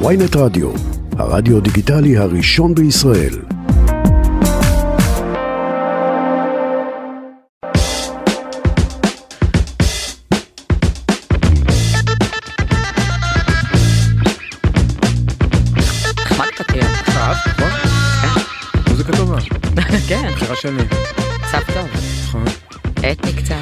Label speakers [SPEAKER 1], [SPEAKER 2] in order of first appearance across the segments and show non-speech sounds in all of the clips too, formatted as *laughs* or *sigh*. [SPEAKER 1] ויינט רדיו, הרדיו דיגיטלי הראשון בישראל.
[SPEAKER 2] נחמד פתיח.
[SPEAKER 3] את, נכון? מוזיקה טובה,
[SPEAKER 2] *laughs* כן,
[SPEAKER 3] בחירה שלי.
[SPEAKER 2] צו טוב.
[SPEAKER 3] נכון.
[SPEAKER 2] אתני קצת.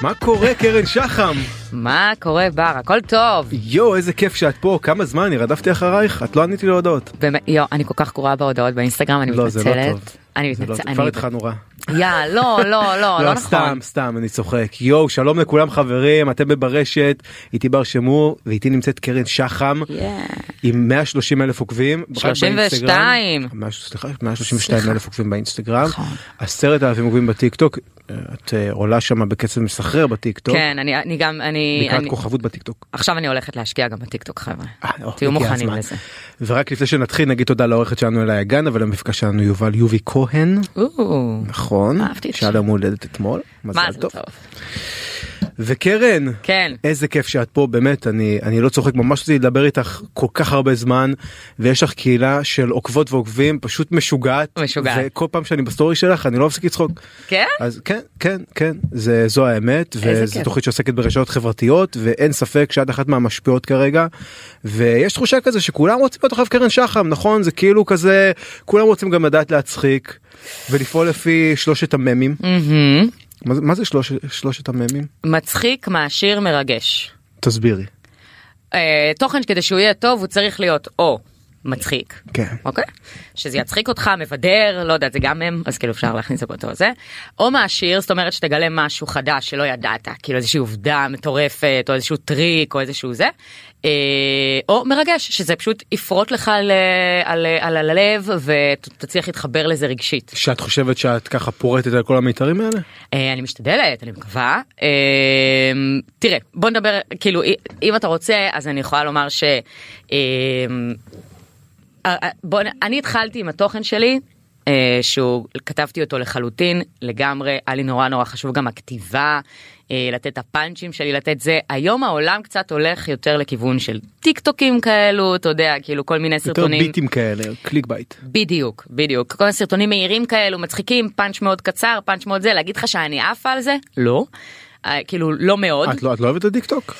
[SPEAKER 3] מה קורה קרן שחם?
[SPEAKER 2] מה קורה בר? הכל טוב.
[SPEAKER 3] יואו איזה כיף שאת פה, כמה זמן אני רדפתי אחרייך, את לא ענית לי להודעות.
[SPEAKER 2] באמת, יו, אני כל כך גרועה בהודעות באינסטגרם, אני
[SPEAKER 3] לא, זה לא
[SPEAKER 2] מתנצלת.
[SPEAKER 3] טוב.
[SPEAKER 2] אני
[SPEAKER 3] זה לא-
[SPEAKER 2] מתנצלת.
[SPEAKER 3] כבר התחלנו רע.
[SPEAKER 2] יא, לא, לא,
[SPEAKER 3] *laughs*
[SPEAKER 2] לא, לא נכון.
[SPEAKER 3] סתם, סתם, אני צוחק. יואו, שלום לכולם חברים, אתם ברשת, איתי בר שמור, ואיתי נמצאת קרן שחם,
[SPEAKER 2] יא.
[SPEAKER 3] עם 130 אלף עוקבים. רק
[SPEAKER 2] 32.
[SPEAKER 3] באינסטגרם. מאה- סליחה, 132 אלף עוקבים באינסטגרם.
[SPEAKER 2] נכון.
[SPEAKER 3] עשרת אלפים עוקבים בטיקטוק, את אה, עולה שם בקצב מסחרר בטיקטוק.
[SPEAKER 2] כן, אני- אני גם, אני...
[SPEAKER 3] לקראת
[SPEAKER 2] אני-
[SPEAKER 3] כוכבות בטיקטוק.
[SPEAKER 2] עכשיו אני הולכת להשקיע גם בטיקטוק חבר'ה.
[SPEAKER 3] אה, לא,
[SPEAKER 2] תהיו
[SPEAKER 3] הגיע
[SPEAKER 2] מוכנים
[SPEAKER 3] הזמן.
[SPEAKER 2] לזה.
[SPEAKER 3] ורק לפני שנתחיל נגיד תודה לעורכת שלנו אליי הגן ולמפגש שלנו יובל יובי כהן
[SPEAKER 2] או,
[SPEAKER 3] נכון
[SPEAKER 2] אהבתי את
[SPEAKER 3] שהיה
[SPEAKER 2] זה.
[SPEAKER 3] לה יום הולדת אתמול
[SPEAKER 2] מה
[SPEAKER 3] מזל
[SPEAKER 2] זה
[SPEAKER 3] טוב
[SPEAKER 2] טוב.
[SPEAKER 3] וקרן
[SPEAKER 2] כן.
[SPEAKER 3] איזה כיף שאת פה באמת אני אני לא צוחק ממש רציתי לדבר איתך כל כך הרבה זמן ויש לך קהילה של עוקבות ועוקבים פשוט משוגעת
[SPEAKER 2] משוגעת.
[SPEAKER 3] וכל פעם שאני בסטורי שלך אני לא מפסיק לצחוק
[SPEAKER 2] כן?
[SPEAKER 3] אז כן כן כן זה זו האמת
[SPEAKER 2] איזה
[SPEAKER 3] וזו
[SPEAKER 2] כיף.
[SPEAKER 3] תוכנית שעוסקת ברשתות חברתיות ואין ספק שאת אחת מהמשפיעות כרגע ויש תחושה כזה שכולם רוצים להיות אחריו קרן שחם נכון זה כאילו כזה כולם רוצים גם לדעת להצחיק ולפעול לפי שלושת הממים
[SPEAKER 2] מהמם.
[SPEAKER 3] מה, זה- מה זה שלוש, שלושת הממים
[SPEAKER 2] מצחיק, מעשיר, מרגש.
[SPEAKER 3] תסבירי
[SPEAKER 2] אה, תוכן כדי שהוא יהיה טוב הוא צריך להיות או מצחיק,
[SPEAKER 3] כן
[SPEAKER 2] אוקיי? שזה יצחיק אותך, מבדר, לא יודעת, זה גם הם, אז כאילו אפשר להכניס את זה באותו זה. או מעשיר, זאת אומרת שתגלה משהו חדש שלא ידעת, כאילו איזושהי עובדה מטורפת, או איזשהו טריק, או איזשהו זה. אה, או מרגש, שזה פשוט יפרוט לך על, אה, על, על הלב ותצליח להתחבר לזה רגשית.
[SPEAKER 3] שאת חושבת שאת ככה פורטת על כל המיתרים האלה
[SPEAKER 2] אה, אני משתדלת, אני מקווה. אה, תראה, בוא נדבר, כאילו, אי- אם אתה רוצה, אז אני יכולה לומר ש... אה, אה, אה, בוא, נ- אני התחלתי עם התוכן שלי, אה, שהוא, כתבתי אותו לחלוטין, לגמרי, היה לי נורא נורא חשוב גם הכתיבה, אה, לתת את הפאנצ'ים שלי, לתת זה. היום העולם קצת הולך יותר לכיוון של טיק טוקים כאלו, אתה יודע, כאילו כל מיני
[SPEAKER 3] יותר
[SPEAKER 2] סרטונים.
[SPEAKER 3] ביטים כאלה קליק בייט
[SPEAKER 2] בדיוק, בדיוק. כל מיני סרטונים מהירים כאלו, מצחיקים, פאנץ' מאוד קצר, פאנץ' מאוד זה, להגיד לך שאני עפה על זה? לא. אה, כאילו, לא מאוד.
[SPEAKER 3] את לא את לא אוהבת את הטיק טוק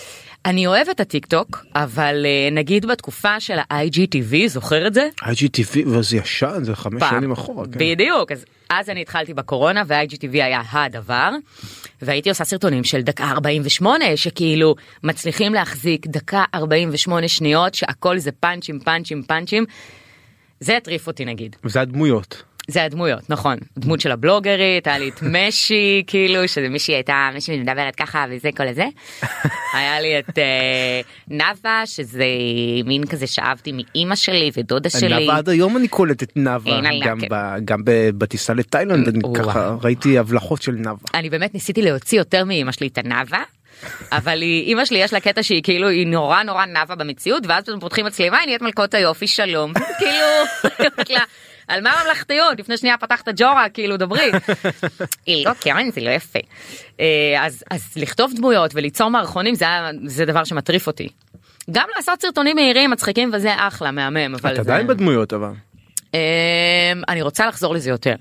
[SPEAKER 2] אני אוהבת את הטיק טוק, אבל אה, נגיד בתקופה של ה-IGTV, זוכר את זה?
[SPEAKER 3] IGTV וזה ישן זה חמש שנים אחורה כן.
[SPEAKER 2] בדיוק, אז, אז אני התחלתי בקורונה ו-IGTV היה הדבר, והייתי עושה סרטונים של דקה 48, שכאילו מצליחים להחזיק דקה 48 שניות, שהכל זה פאנצ'ים, פאנצ'ים, פאנצ'ים. זה הטריף אותי נגיד.
[SPEAKER 3] וזה הדמויות.
[SPEAKER 2] זה הדמויות, נכון. דמות של הבלוגרית, היה לי את משי, כאילו, שזה מישהי הייתה, מישהי מדברת ככה וזה כל הזה. היה לי את אה, נאוה, שזה מין כזה שאבתי מאימא שלי ודודה שלי.
[SPEAKER 3] נאווה עד היום אני קולט את נאווה
[SPEAKER 2] אין עליה,
[SPEAKER 3] גם
[SPEAKER 2] כן.
[SPEAKER 3] ב- גם ב- בטיסה לתאילנד אני
[SPEAKER 2] וואו.
[SPEAKER 3] ככה ראיתי הבלחות של נאווה.
[SPEAKER 2] אני באמת ניסיתי להוציא יותר מאימא שלי את הנאווה. אבל היא, אימא שלי יש לה קטע שהיא כאילו היא נורא נורא נאווה במציאות ואז פתאום פותחים מצלמה היא נהיית מלכות היופי שלום *laughs* כאילו אני אומרת לה, על מה הממלכתיות לפני שנייה פתחת ג'ורה כאילו דברי. היא לא קרן זה לא יפה. אה, אז אז לכתוב דמויות וליצור מערכונים זה היה- זה דבר שמטריף אותי. גם לעשות סרטונים מהירים מצחיקים וזה אחלה מהמם אבל
[SPEAKER 3] את
[SPEAKER 2] זה-
[SPEAKER 3] עדיין בדמויות אבל.
[SPEAKER 2] אה, אני רוצה לחזור לזה יותר.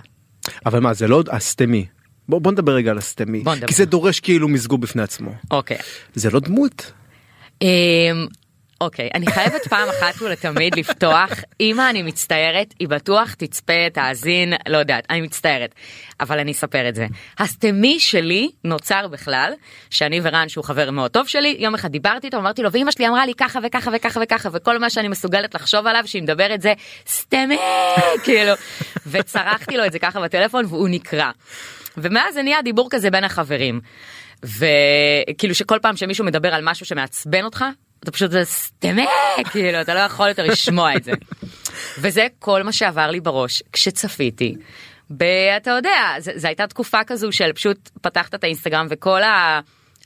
[SPEAKER 3] אבל מה זה לא הסטמי. בוא בוא נדבר רגע על הסטמי.
[SPEAKER 2] בוא נדבר.
[SPEAKER 3] כי זה דורש כאילו מסגור בפני עצמו.
[SPEAKER 2] אוקיי.
[SPEAKER 3] זה לא דמות.
[SPEAKER 2] אמ, אוקיי, אני חייבת פעם אחת ולתמיד לפתוח. אמא, אני מצטערת, היא בטוח תצפה, תאזין, לא יודעת, אני מצטערת. אבל אני אספר את זה. הסתמי שלי נוצר בכלל, שאני ורן, שהוא חבר מאוד טוב שלי, יום אחד דיברתי איתו, אמרתי לו, ואימא שלי אמרה לי ככה וככה וככה וככה, וכל מה שאני מסוגלת לחשוב עליו, שהיא מדברת זה סתמי, כאילו. וצרחתי לו את זה ככה בטלפון, והוא נקרע. ומאז זה נהיה דיבור כזה בין החברים. וכאילו שכל פעם שמישהו מדבר על משהו שמעצבן אותך, אתה פשוט סטמא, כאילו אתה לא יכול יותר לשמוע את זה. וזה כל מה שעבר לי בראש כשצפיתי. ב- אתה יודע, ז- זו הייתה תקופה כזו של פשוט פתחת את האינסטגרם וכל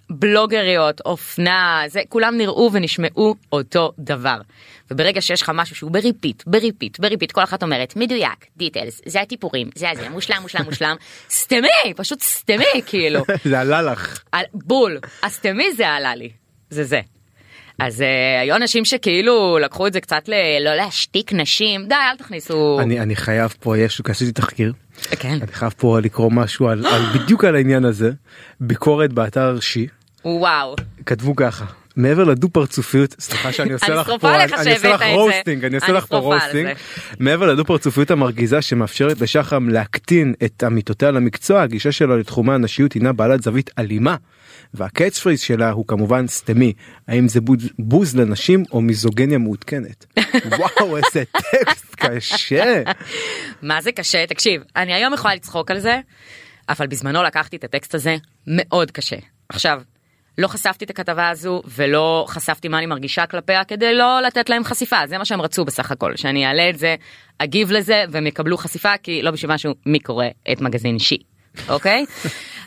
[SPEAKER 2] הבלוגריות, אופנה, זה, כולם נראו ונשמעו אותו דבר. וברגע שיש לך משהו שהוא בריפיט, בריפיט, בריפיט, כל אחת אומרת, מדויק, דיטלס, זה הטיפורים, זה הזה, מושלם, מושלם, מושלם, סטמא, פשוט סטמא, כאילו.
[SPEAKER 3] *laughs* זה עלה לך.
[SPEAKER 2] על- בול, אז תמי זה עלה לי, זה זה. אז אה, היו אנשים שכאילו לקחו את זה קצת ללא להשתיק נשים די אל תכניסו
[SPEAKER 3] אני אני חייב פה יש עשיתי תחקיר
[SPEAKER 2] כן
[SPEAKER 3] אני חייב פה לקרוא משהו על על- בדיוק על העניין הזה ביקורת באתר שי
[SPEAKER 2] וואו
[SPEAKER 3] כתבו ככה. מעבר לדו פרצופיות סליחה שאני עושה
[SPEAKER 2] *laughs* אני
[SPEAKER 3] לך
[SPEAKER 2] שרופה
[SPEAKER 3] פה
[SPEAKER 2] לך
[SPEAKER 3] אני עושה
[SPEAKER 2] שהבאת
[SPEAKER 3] לך
[SPEAKER 2] את זה.
[SPEAKER 3] רוסטינג אני עושה
[SPEAKER 2] אני
[SPEAKER 3] לך פה
[SPEAKER 2] שרופה על
[SPEAKER 3] רוסטינג מעבר לדו פרצופיות המרגיזה שמאפשרת לשחם להקטין את אמיתותיה למקצוע הגישה שלו לתחומי הנשיות הינה בעלת זווית אלימה. והקאץ' פריז שלה הוא כמובן סתמי האם זה בוז, בוז לנשים או מיזוגניה
[SPEAKER 2] *laughs*
[SPEAKER 3] מעודכנת. וואו איזה טקסט קשה.
[SPEAKER 2] מה זה קשה תקשיב אני היום יכולה לצחוק על זה אבל בזמנו לקחתי את הטקסט הזה מאוד קשה עכשיו. לא חשפתי את הכתבה הזו ולא חשפתי מה אני מרגישה כלפיה כדי לא לתת להם חשיפה זה מה שהם רצו בסך הכל שאני אעלה את זה אגיב לזה והם יקבלו חשיפה כי לא בשביל משהו מי קורא את מגזין שי אוקיי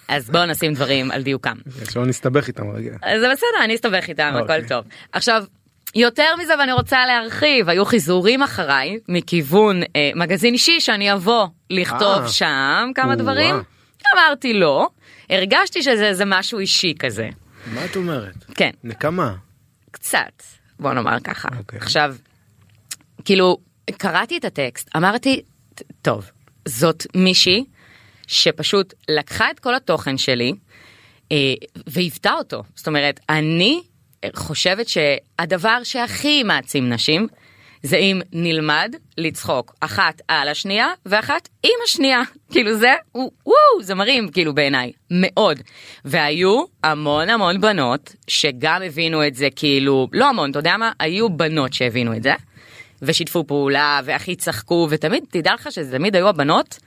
[SPEAKER 2] אז בואו נשים דברים על דיוקם.
[SPEAKER 3] שלא נסתבך איתם רגע.
[SPEAKER 2] אז זה בסדר, אני אסתבך איתם,
[SPEAKER 3] אוקיי.
[SPEAKER 2] הכל טוב. עכשיו, יותר מזה ואני רוצה להרחיב, היו חיזורים אחריי מכיוון אה, מגזין אישי שאני אבוא לכתוב
[SPEAKER 3] אה.
[SPEAKER 2] שם כמה
[SPEAKER 3] או-אה.
[SPEAKER 2] דברים. אמרתי לא, הרגשתי שזה איזה משהו אישי כזה.
[SPEAKER 3] מה את אומרת?
[SPEAKER 2] כן,
[SPEAKER 3] נקמה.
[SPEAKER 2] קצת, בוא נאמר ככה.
[SPEAKER 3] אוקיי.
[SPEAKER 2] עכשיו, כאילו, קראתי את הטקסט, אמרתי, "ט- טוב, זאת מישהי שפשוט לקחה את כל התוכן שלי אה, והיוותה אותו. זאת אומרת, אני חושבת שהדבר שהכי מעצים נשים זה אם נלמד לצחוק אחת על השנייה ואחת עם השנייה. *laughs* כאילו זה, וואו, זה מרים כאילו בעיניי, מאוד. והיו המון המון בנות שגם הבינו את זה כאילו, לא המון, אתה יודע מה? היו בנות שהבינו את זה. ושיתפו פעולה והכי צחקו ותמיד תדע לך שזה תמיד היו הבנות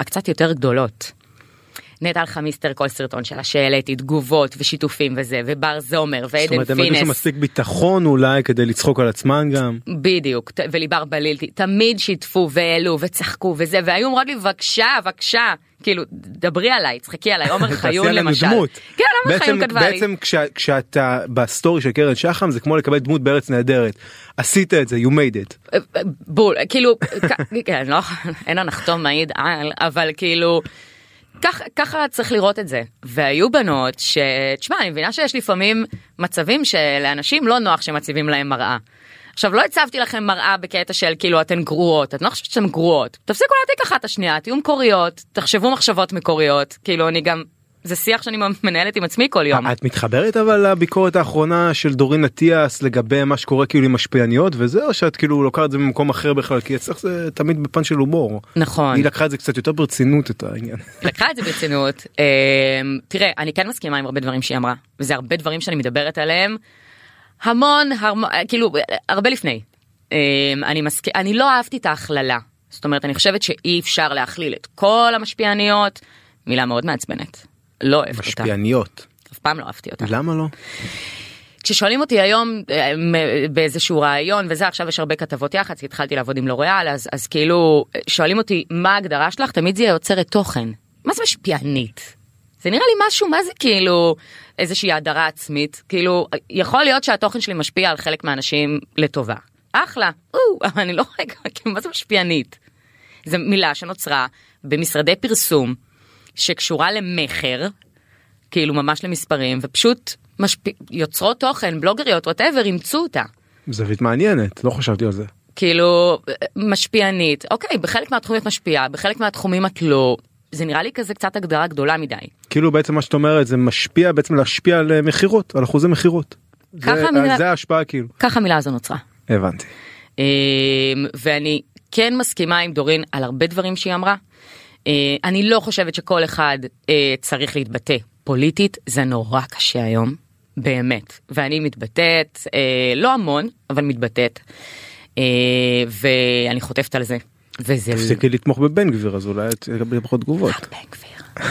[SPEAKER 2] הקצת יותר גדולות. נטע לך מיסטר כל סרטון שלה שהעליתי תגובות ושיתופים וזה ובר זומר
[SPEAKER 3] זאת
[SPEAKER 2] ועדן
[SPEAKER 3] אומרת הם מרגישים
[SPEAKER 2] פינס.
[SPEAKER 3] מספיק ביטחון אולי כדי לצחוק על עצמם גם.
[SPEAKER 2] בדיוק ת- וליבר בליל ת- תמיד שיתפו והעלו וצחקו וזה והיו אומרות לי בבקשה בבקשה כאילו דברי עליי צחקי עליי עומר חיון
[SPEAKER 3] *laughs* תעשי עלינו
[SPEAKER 2] למשל.
[SPEAKER 3] דמות.
[SPEAKER 2] כן עומר
[SPEAKER 3] בעצם-
[SPEAKER 2] חיון כתבה לי.
[SPEAKER 3] בעצם כשה- כשאתה בסטורי של קרן שחם זה כמו לקבל דמות בארץ נהדרת. עשית את זה, you made it.
[SPEAKER 2] בול כאילו כ- כן, לא אין הנחתום מעיד על אבל כאילו. כך, ככה צריך לראות את זה והיו בנות שתשמע אני מבינה שיש לפעמים מצבים שלאנשים לא נוח שמציבים להם מראה. עכשיו לא הצבתי לכם מראה בקטע של כאילו אתן גרועות את לא חושבת שאתן גרועות תפסיקו להעתיק אחת את השנייה תהיו מקוריות תחשבו מחשבות מקוריות כאילו אני גם זה שיח שאני מנהלת עם עצמי כל יום.
[SPEAKER 3] אה, את מתחברת אבל לביקורת האחרונה של דורין אטיאס לגבי מה שקורה כאילו עם משפיעניות וזה או שאת כאילו לוקחת את זה ממקום אחר בכלל כי אצלך זה תמיד בפן של הומור.
[SPEAKER 2] נכון.
[SPEAKER 3] היא לקחה את זה קצת יותר ברצינות את העניין.
[SPEAKER 2] לקחה את זה ברצינות. אמ, תראה, אני כן מסכימה עם הרבה דברים שהיא אמרה, וזה הרבה דברים שאני מדברת עליהם. המון, הרמ- כאילו, הרבה לפני. אמ, אני מסכ... אני לא אהבתי את ההכללה. זאת אומרת, אני חושבת שאי אפשר להכליל את כל המשפיעניות. מילה מאוד מעצבנת. לא אוהבת אותה.
[SPEAKER 3] משפיעניות.
[SPEAKER 2] אף פעם לא אהבתי אותה.
[SPEAKER 3] למה לא?
[SPEAKER 2] כששואלים אותי היום אה, מ- באיזשהו רעיון וזה עכשיו יש הרבה כתבות יח"צ כי התחלתי לעבוד עם לוריאל אז אז כאילו אה, שואלים אותי מה ההגדרה שלך תמיד זה יהיה יוצרת תוכן מה זה משפיענית. זה נראה לי משהו מה זה כאילו איזושהי הדרה עצמית כאילו יכול להיות שהתוכן שלי משפיע על חלק מהאנשים לטובה אחלה או, אבל אני לא רגע כאילו, מה זה משפיענית. זו מילה שנוצרה במשרדי פרסום שקשורה למכר כאילו ממש למספרים ופשוט משפ... יוצרות תוכן בלוגריות וואטאבר אימצו אותה
[SPEAKER 3] זווית מעניינת לא חשבתי על זה.
[SPEAKER 2] כאילו אה, משפיענית אוקיי בחלק מהתחומים את משפיעה בחלק מהתחומים את לא זה נראה לי כזה קצת הגדרה גדולה מדי
[SPEAKER 3] כאילו בעצם מה שאת אומרת זה משפיע בעצם להשפיע על אה, מכירות על אחוזי מכירות.
[SPEAKER 2] ככה
[SPEAKER 3] זה-
[SPEAKER 2] המילה-
[SPEAKER 3] זה ההשפעה כאילו.
[SPEAKER 2] ככה המילה הזו נוצרה.
[SPEAKER 3] הבנתי.
[SPEAKER 2] אמ, ואני כן מסכימה עם דורין על הרבה דברים שהיא אמרה. אה, אני לא חושבת שכל אחד אה, צריך להתבטא פוליטית, זה נורא קשה היום, באמת. ואני מתבטאת, אה, לא המון, אבל מתבטאת. אה, ואני חוטפת על זה. וזה לא-
[SPEAKER 3] תפסיקי לתמוך בבן גביר אז אולי תקבלי פחות תגובות.
[SPEAKER 2] רק בן גביר.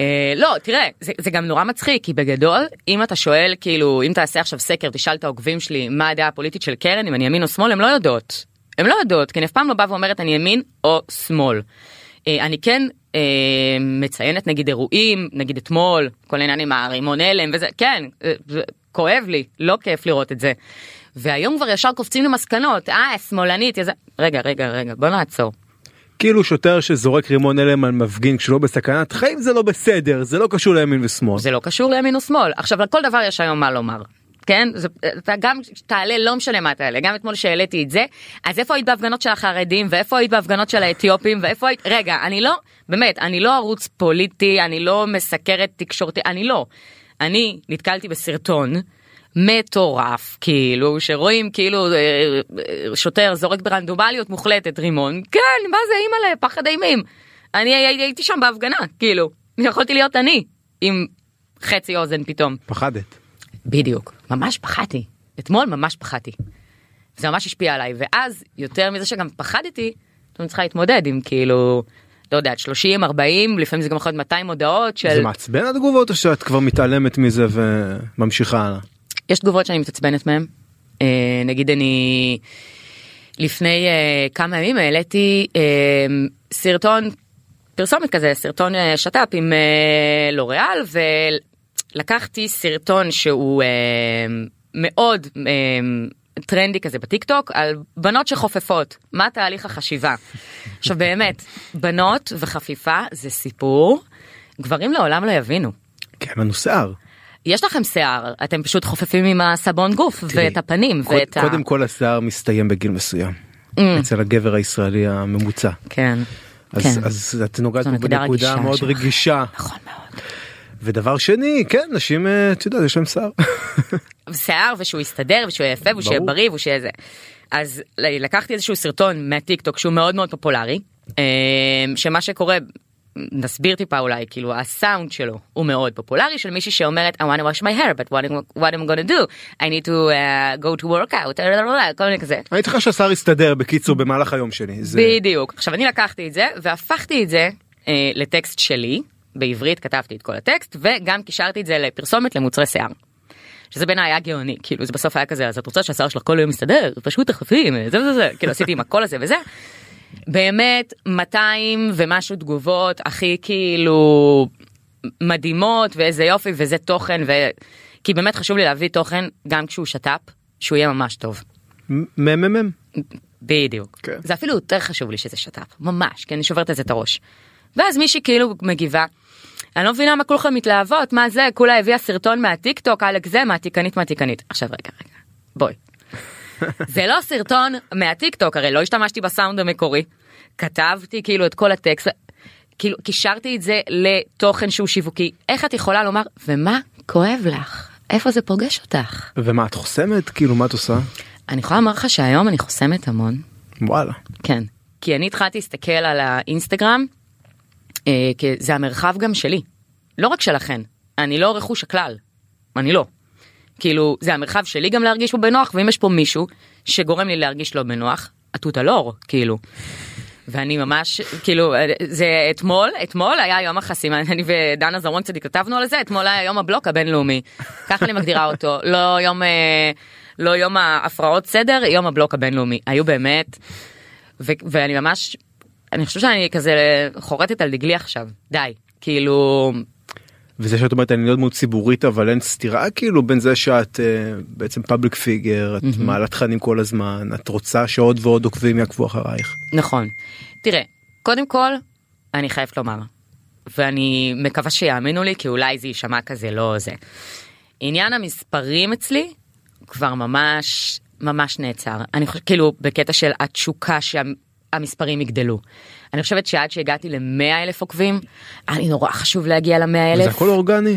[SPEAKER 2] אה, לא, תראה, זה, זה גם נורא מצחיק, כי בגדול, אם אתה שואל, כאילו, אם תעשה עכשיו סקר, תשאל את העוקבים שלי מה הדעה הפוליטית של קרן, אם אני ימין או שמאל, הן לא יודעות. הן לא יודעות, כי אני אף פעם לא באה ואומרת אני ימין או שמאל. אה, אני כן אה, מציינת נגיד אירועים, נגיד אתמול, כל העניין עם הרימון הלם וזה, כן, אה, זה כואב לי, לא כיף לראות את זה. והיום כבר ישר קופצים למסקנות, אה, שמאלנית, איזה... רגע, רגע, רגע, בוא נעצור.
[SPEAKER 3] כאילו שוטר שזורק רימון הלם על מפגין כשלא בסכנת חיים זה לא בסדר זה לא קשור לימין ושמאל.
[SPEAKER 2] זה לא קשור לימין ושמאל. עכשיו, לכל דבר יש היום מה לומר. כן? זה, אתה גם תעלה, לא משנה מה תעלה, גם אתמול שהעליתי את זה, אז איפה היית בהפגנות של החרדים, ואיפה היית בהפגנות של האתיופים, ואיפה היית... רגע, אני לא, באמת, אני לא ערוץ פוליטי, אני לא מסקרת תקשורתי, אני לא. אני נתקלתי בסרטון. מטורף כאילו שרואים כאילו אה, אה, שוטר זורק ברנדומליות מוחלטת רימון כן מה זה אימא'לה פחד אימים אני הי- הייתי שם בהפגנה כאילו יכולתי להיות אני עם חצי אוזן פתאום
[SPEAKER 3] פחדת.
[SPEAKER 2] בדיוק, ממש פחדתי. אתמול ממש פחדתי. זה ממש השפיע עליי, ואז, יותר מזה שגם פחדתי, פתאום אני צריכה להתמודד עם כאילו, לא יודעת, 30, 40, לפעמים זה גם יכול להיות 200 הודעות
[SPEAKER 3] זה
[SPEAKER 2] של...
[SPEAKER 3] מעצבן התגובות או שאת כבר מתעלמת מזה וממשיכה הלאה?
[SPEAKER 2] יש תגובות שאני מתעצבנת מהן. אה, נגיד אני לפני אה, כמה ימים העליתי אה, סרטון פרסומת כזה סרטון אה, שת"פ עם אה, לוריאל ולקחתי סרטון שהוא אה, מאוד אה, טרנדי כזה בטיקטוק על בנות שחופפות מה תהליך החשיבה. עכשיו באמת בנות וחפיפה זה סיפור גברים לעולם לא יבינו.
[SPEAKER 3] כן, לנו שיער.
[SPEAKER 2] יש לכם שיער, אתם פשוט חופפים עם הסבון גוף
[SPEAKER 3] תראי,
[SPEAKER 2] ואת הפנים
[SPEAKER 3] קוד-
[SPEAKER 2] ואת ה... Mm.
[SPEAKER 3] קודם כל השיער מסתיים בגיל מסוים. אצל הגבר הישראלי הממוצע.
[SPEAKER 2] כן.
[SPEAKER 3] אז,
[SPEAKER 2] כן.
[SPEAKER 3] אז את נוגעת
[SPEAKER 2] זו
[SPEAKER 3] פה
[SPEAKER 2] נקודה
[SPEAKER 3] בנקודה
[SPEAKER 2] רגישה
[SPEAKER 3] מאוד
[SPEAKER 2] שלך.
[SPEAKER 3] רגישה
[SPEAKER 2] נכון מאוד.
[SPEAKER 3] ודבר שני כן נשים אה, את יודעת יש להם שיער *laughs*
[SPEAKER 2] שיער ושהוא יסתדר ושהוא יהיה יפה ושהוא יהיה
[SPEAKER 3] ברור.
[SPEAKER 2] בריא ושהוא יהיה זה. אז ל- לקחתי איזשהו סרטון מהטיקטוק שהוא מאוד מאוד פופולרי, אה, שמה שקורה, נסביר טיפה אולי, כאילו הסאונד שלו הוא מאוד פופולרי של מישהי שאומרת I want to wash my hair but what am, what am I gonna do? I need to uh, go to work out, כל מיני כזה.
[SPEAKER 3] אני צריכה שהשיער יסתדר בקיצור במהלך היום שלי זה
[SPEAKER 2] בדיוק. עכשיו אני לקחתי את זה והפכתי את זה אה, לטקסט שלי, בעברית כתבתי את כל הטקסט וגם קישרתי את זה לפרסומת למוצרי שיער. שזה בעיניי היה גאוני, כאילו זה בסוף היה כזה, אז את רוצה שהשיער שלך כל היום יסתדר, פשוט תחפים, זה וזה זה, כאילו עשיתי עם הקול הזה וזה. באמת 200 ומשהו תגובות הכי כאילו מדהימות ואיזה יופי וזה תוכן ו... כי באמת חשוב לי להביא תוכן גם כשהוא שת"פ, שהוא יהיה ממש טוב.
[SPEAKER 3] מ-מ-מ.
[SPEAKER 2] בדיוק.
[SPEAKER 3] כן.
[SPEAKER 2] כן. זה אפילו יותר חשוב לי שזה שת"פ, ממש, כי אני שוברת על זה את הראש. ואז מישהי כאילו מגיבה, אני לא מבינה מה כולכם מתלהבות, מה זה, כולה הביאה סרטון מהטיקטוק, אלק זה, מהתיקנית, מהתיקנית. עכשיו רגע, רגע, בואי. זה לא סרטון מהטיקטוק, הרי לא השתמשתי בסאונד המקורי. כתבתי כאילו את כל הטקסט, כאילו קישרתי את זה לתוכן שהוא שיווקי. איך את יכולה לומר, ומה כואב לך? איפה זה פוגש אותך?
[SPEAKER 3] ומה את חוסמת כאילו מה את עושה
[SPEAKER 2] אני יכולה לומר לך שהיום אני חוסמת המון.
[SPEAKER 3] וואלה
[SPEAKER 2] כן. כי אני התחלתי להסתכל על האינסטגרם, אה, כי זה המרחב גם שלי. לא רק שלכן. אני לא רכוש הכלל. אני לא. כאילו, זה המרחב שלי גם להרגיש בו בנוח, ואם יש פה מישהו שגורם לי להרגיש לא בנוח, התות על אור, כאילו. ואני ממש, כאילו, אה, זה אתמול, אתמול היה יום החסימה, *laughs* אני ודנה זרון צדיק כתבנו על זה, אתמול היה יום הבלוק הבינלאומי. ככה אני מגדירה אותו, לא יום, אה, לא יום ההפרעות סדר, יום הבלוק הבינלאומי. היו באמת ו- ואני ממש, אני חושבת שאני כזה חורטת על דגלי עכשיו, די. כאילו,
[SPEAKER 3] וזה שאת אומרת אני לא דמות ציבורית אבל אין סתירה כאילו בין זה שאת אה, בעצם פאבליק פיגר את מעלה תכנים כל הזמן את רוצה שעוד ועוד עוקבים יעקבו אחרייך.
[SPEAKER 2] נכון. תראה, קודם כל, אני חייבת לומר, ואני מקווה שיאמינו לי, כי אולי זה יישמע כזה לא זה. עניין המספרים אצלי כבר ממש ממש נעצר. אני חושבת, כאילו, בקטע של התשוקה שהמספרים יגדלו. אני חושבת שעד שהגעתי ל-100 אלף עוקבים, היה לי נורא חשוב להגיע ל-100
[SPEAKER 3] זה
[SPEAKER 2] אלף.
[SPEAKER 3] הכל אורגני.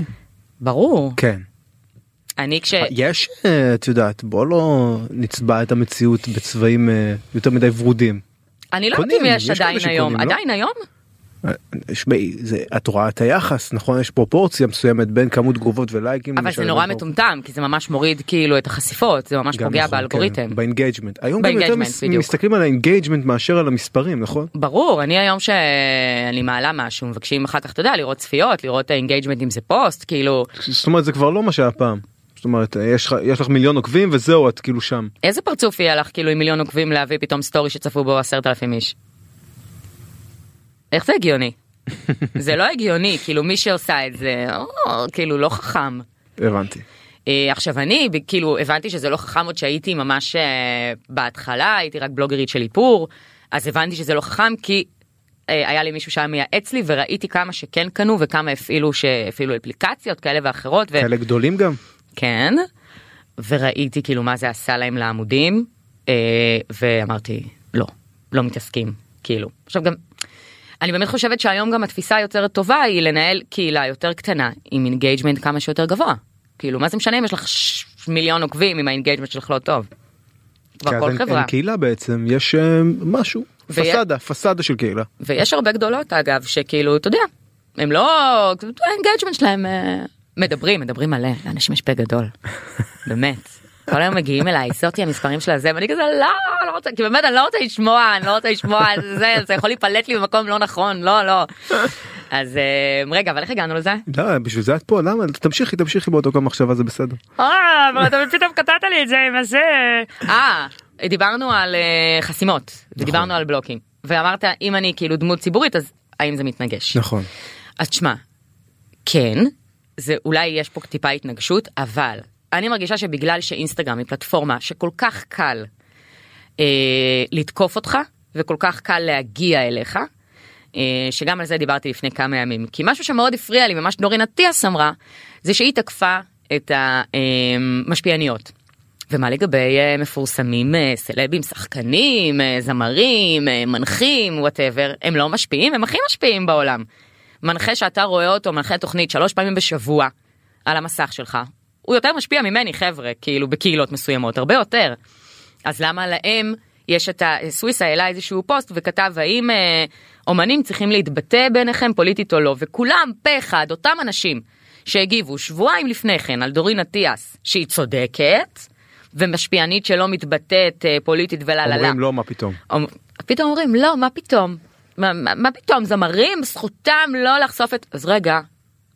[SPEAKER 2] ברור.
[SPEAKER 3] כן.
[SPEAKER 2] אני כש...
[SPEAKER 3] יש אה, את יודעת בוא לא נצבע את המציאות בצבעים אה, יותר מדי ורודים.
[SPEAKER 2] אני לא יודעת
[SPEAKER 3] קונים,
[SPEAKER 2] אם יש
[SPEAKER 3] יש כאלה
[SPEAKER 2] עדיין
[SPEAKER 3] שקונים,
[SPEAKER 2] היום,
[SPEAKER 3] לא?
[SPEAKER 2] עדיין היום?
[SPEAKER 3] אה, שמעי, זה- את רואה את היחס נכון יש פרופורציה מסוימת בין כמות תגובות ולייקים.
[SPEAKER 2] אבל
[SPEAKER 3] למשל,
[SPEAKER 2] זה נורא
[SPEAKER 3] לבין-
[SPEAKER 2] מטומטם, כי זה ממש מוריד כאילו את החשיפות, זה ממש
[SPEAKER 3] גם
[SPEAKER 2] פוגע
[SPEAKER 3] נכון,
[SPEAKER 2] באלגוריתם.
[SPEAKER 3] כן, באינגייג'מנט. היום גם יותר
[SPEAKER 2] באינגייג'מנט,
[SPEAKER 3] מס-
[SPEAKER 2] בדיוק.
[SPEAKER 3] מסתכלים על האינגייג'מנט מאשר על המספרים נכון?
[SPEAKER 2] ברור, אני היום שאני מעלה משהו, מבקשים אחר כך, אתה יודע, לראות צפיות, לראות אינגייג'מנט אם זה פוסט, כאילו,
[SPEAKER 3] זאת אומרת זה כבר לא מה שהיה פעם. זאת אומרת אה, יש לך יש לך מיליון עוקבים וזהו את כאילו שם.
[SPEAKER 2] איזה פרצוף יהיה לך כאילו עם מיליון עוקבים להביא פתאום סטורי שצפו בו עשרת אלפים איש? איך זה
[SPEAKER 3] *laughs*
[SPEAKER 2] הגיוני? זה לא הגיוני, כאילו מי שעושה את זה, או, כאילו לא חכם.
[SPEAKER 3] הבנתי.
[SPEAKER 2] אה, עכשיו אני ב- כאילו הבנתי שזה לא חכם עוד שהייתי ממש אה, בהתחלה הייתי רק בלוגרית של איפור אז הבנתי שזה לא חכם כי אה, היה לי מישהו שהיה מייעץ לי וראיתי כמה שכן קנו וכמה הפעילו שהפעילו אפליקציות כאלה ואחרות
[SPEAKER 3] כאלה גדולים גם.
[SPEAKER 2] וכן כן, וראיתי כאילו מה זה עשה להם לעמודים, אה, ואמרתי, לא, לא מתעסקים, כאילו. עכשיו גם, אני באמת חושבת שהיום גם התפיסה היותר טובה היא לנהל קהילה יותר קטנה, עם אינגייג'מנט כמה שיותר גבוה. כאילו, מה זה משנה אם יש לך ש- מיליון עוקבים אם האינגייג'מנט שלך לא טוב.
[SPEAKER 3] כי
[SPEAKER 2] כבר
[SPEAKER 3] אז
[SPEAKER 2] כל
[SPEAKER 3] אין-
[SPEAKER 2] חברה.
[SPEAKER 3] אין קהילה בעצם, יש אה, משהו,
[SPEAKER 2] ו-
[SPEAKER 3] פסאדה, פסאדה של קהילה.
[SPEAKER 2] ויש הרבה גדולות אגב שכאילו אתה יודע הם לא האנגייג'מנט שלהם אה, מדברים מדברים מלא לאנשים יש פה *laughs* גדול באמת. כל היום מגיעים אליי זאתי המספרים של הזה ואני כזה לא לא רוצה כי באמת אני לא רוצה לשמוע אני לא רוצה *laughs* לשמוע זה זה יכול להיפלט לי במקום לא נכון לא לא. אז אה, רגע אבל איך הגענו לזה?
[SPEAKER 3] לא, בשביל זה את פה, למה? תמשיכי, תמשיכי באותו קו מחשבה, זה בסדר.
[SPEAKER 2] אה אבל אתה פתאום קטעת לי את זה עם הזה. אה דיברנו על אה, חסימות ודיברנו על בלוקים ואמרת אם אני כאילו דמות ציבורית אז האם זה מתנגש.
[SPEAKER 3] נכון.
[SPEAKER 2] אז תשמע, כן, זה אולי יש פה טיפה התנגשות, אבל אני מרגישה שבגלל שאינסטגרם היא פלטפורמה שכל כך קל אה, לתקוף אותך וכל כך קל להגיע אליך, אה, שגם על זה דיברתי לפני כמה ימים, כי משהו שמאוד הפריע לי ממה שנורין אטיאס אמרה, זה שהיא תקפה את המשפיעניות. ומה לגבי אה, מפורסמים, אה, סלבים, שחקנים, אה, זמרים, אה, מנחים, וואטאבר, הם לא משפיעים, הם הכי משפיעים בעולם. מנחה שאתה רואה אותו, מנחה תוכנית שלוש פעמים בשבוע על המסך שלך, הוא יותר משפיע ממני חבר'ה, כאילו בקהילות מסוימות, הרבה יותר. אז למה להם יש את ה... סוויסה העלה איזשהו פוסט וכתב האם אה, אומנים צריכים להתבטא בעיניכם פוליטית או לא, וכולם פה אחד, אותם אנשים שהגיבו שבועיים לפני כן על דורין אטיאס, שהיא צודקת, ומשפיענית שלא מתבטאת אה, פוליטית ולה לה לה.
[SPEAKER 3] אומרים לא, מה פתאום.
[SPEAKER 2] אומ- פתאום אומרים לא מה פתאום מה, מה, מה פתאום זמרים זכותם לא לחשוף את אז רגע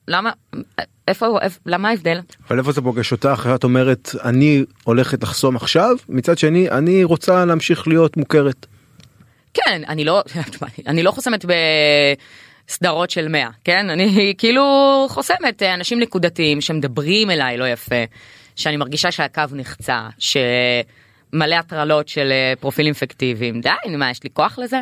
[SPEAKER 2] למה אה, איפה איפה- למה ההבדל
[SPEAKER 3] אבל איפה זה פוגש אותך? את אומרת, אני הולכת לחסום עכשיו, מצד שני, אני רוצה להמשיך להיות מוכרת.
[SPEAKER 2] כן אני לא *laughs* אני לא חוסמת בסדרות של 100 כן אני כאילו חוסמת אה, אנשים נקודתיים שמדברים אליי לא יפה שאני מרגישה שהקו נחצה שמלא הטרלות של אה, פרופילים פיקטיביים די נו, מה יש לי כוח
[SPEAKER 3] *laughs*
[SPEAKER 2] לזה.